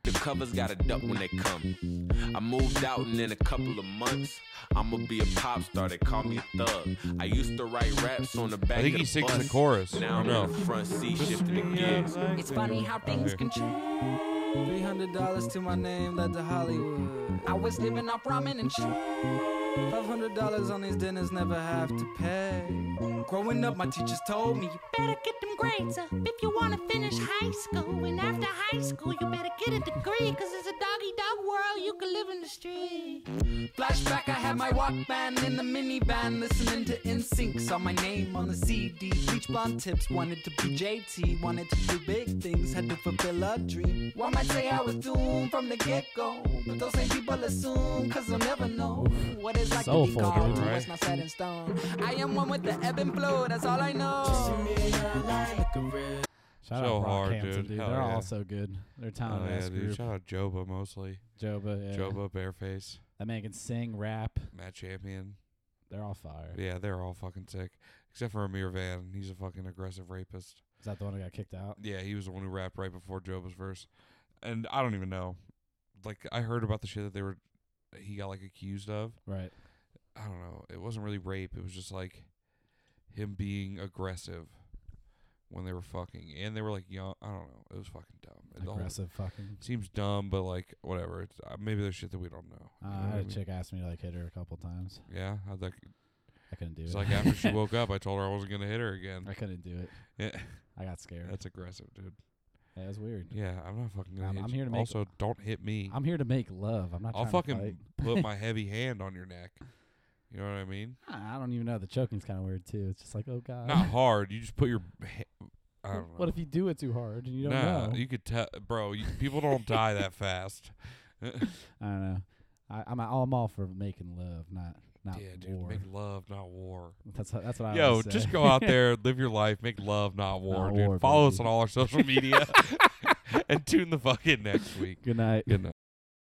L: The covers gotta duck when they come. I moved out and in a couple of months, I'ma be a pop star. They call me a thug. I used to write raps on the back
C: I think
L: of
C: he
L: the
C: sings the
L: bus.
C: chorus,
L: Now
C: or
L: I'm
C: no?
L: in the front seat shifting the gears.
G: It's funny how things can change. Three hundred dollars to my name led to Hollywood. I was living off ramen and shit. Five hundred dollars on these dinners never have to pay. Growing up, my teachers told me you better get them grades up if you wanna finish high school. And after high school, you better get a degree, cause it's a doggy dog world. You can live in the street. Flashback, I had my Walkman in the minivan, listening to NSYNC. Saw my name on the CD. Bleach blonde tips, wanted to be JT, wanted to do big things, had to fulfill a dream. One might say I was doomed from the get go, but those same people assume, cause they'll never know what it's like to be
D: Soulful,
L: called
D: dude,
L: to
D: right?
L: what's not set in stone. I am one with the ebb and flow, that's all I know.
D: Shout
C: So
D: out
C: hard,
D: Brockhampton,
C: dude.
D: dude.
C: Hell
D: They're
C: yeah.
D: all so good. They're a
C: Oh,
D: talented
C: yeah,
D: ass
C: dude.
D: group.
C: Shout out Joba mostly.
D: Joba, yeah.
C: Joba, Bareface,
D: That man can sing, rap.
C: Matt Champion.
D: They're all fire.
C: Yeah, they're all fucking sick. Except for Amir Van. He's a fucking aggressive rapist.
D: Is that the one who got kicked out?
C: Yeah, he was the one who rapped right before Joba's verse. And I don't even know. Like I heard about the shit that they were that he got like accused of.
D: Right.
C: I don't know. It wasn't really rape. It was just like him being aggressive when they were fucking. And they were like young. I don't know. It was fucking dumb. And the whole-
D: Aggressive fucking.
C: seems dumb, but like whatever. It's, uh, maybe there's shit that we don't know. You
D: Uh,
C: know
D: I
C: what
D: had a
C: mean?
D: chick ask me to like hit her a couple times.
C: Yeah, how'd that
D: I couldn't do
C: It's
D: it.
C: like after she woke up, I told her I wasn't gonna hit her again.
D: I couldn't do it.
C: Yeah,
D: I got scared.
C: that's aggressive, dude.
D: Yeah, it was weird.
C: Yeah, I'm not fucking gonna
D: I'm-
C: hit
D: I'm
C: you.
D: here to make-
C: also, don't hit me.
D: I'm here to make love. I'm not.
C: I'll
D: trying To
C: fucking
D: fight.
C: put my heavy hand on your neck. You know what I mean?
D: I I don't even know. The choking's kind of weird too. It's just like, oh god.
C: Not hard. You just put your. he- I don't know.
D: What if you do it too hard and you don't
C: nah,
D: know?
C: you could tell, bro. You, people don't die that fast.
D: I don't know. I, I'm I'm all for making love, not not
C: yeah, dude.
D: war.
C: Make love, not war.
D: That's what- that's what I.
C: Yo,
D: always
C: just
D: say.
C: go out there, live your life, make love, not war,
D: Not
C: dude.
D: war,
C: Follow us
D: baby.
C: on all our social media, and tune the fucking next week.
D: Good night.
C: Good night.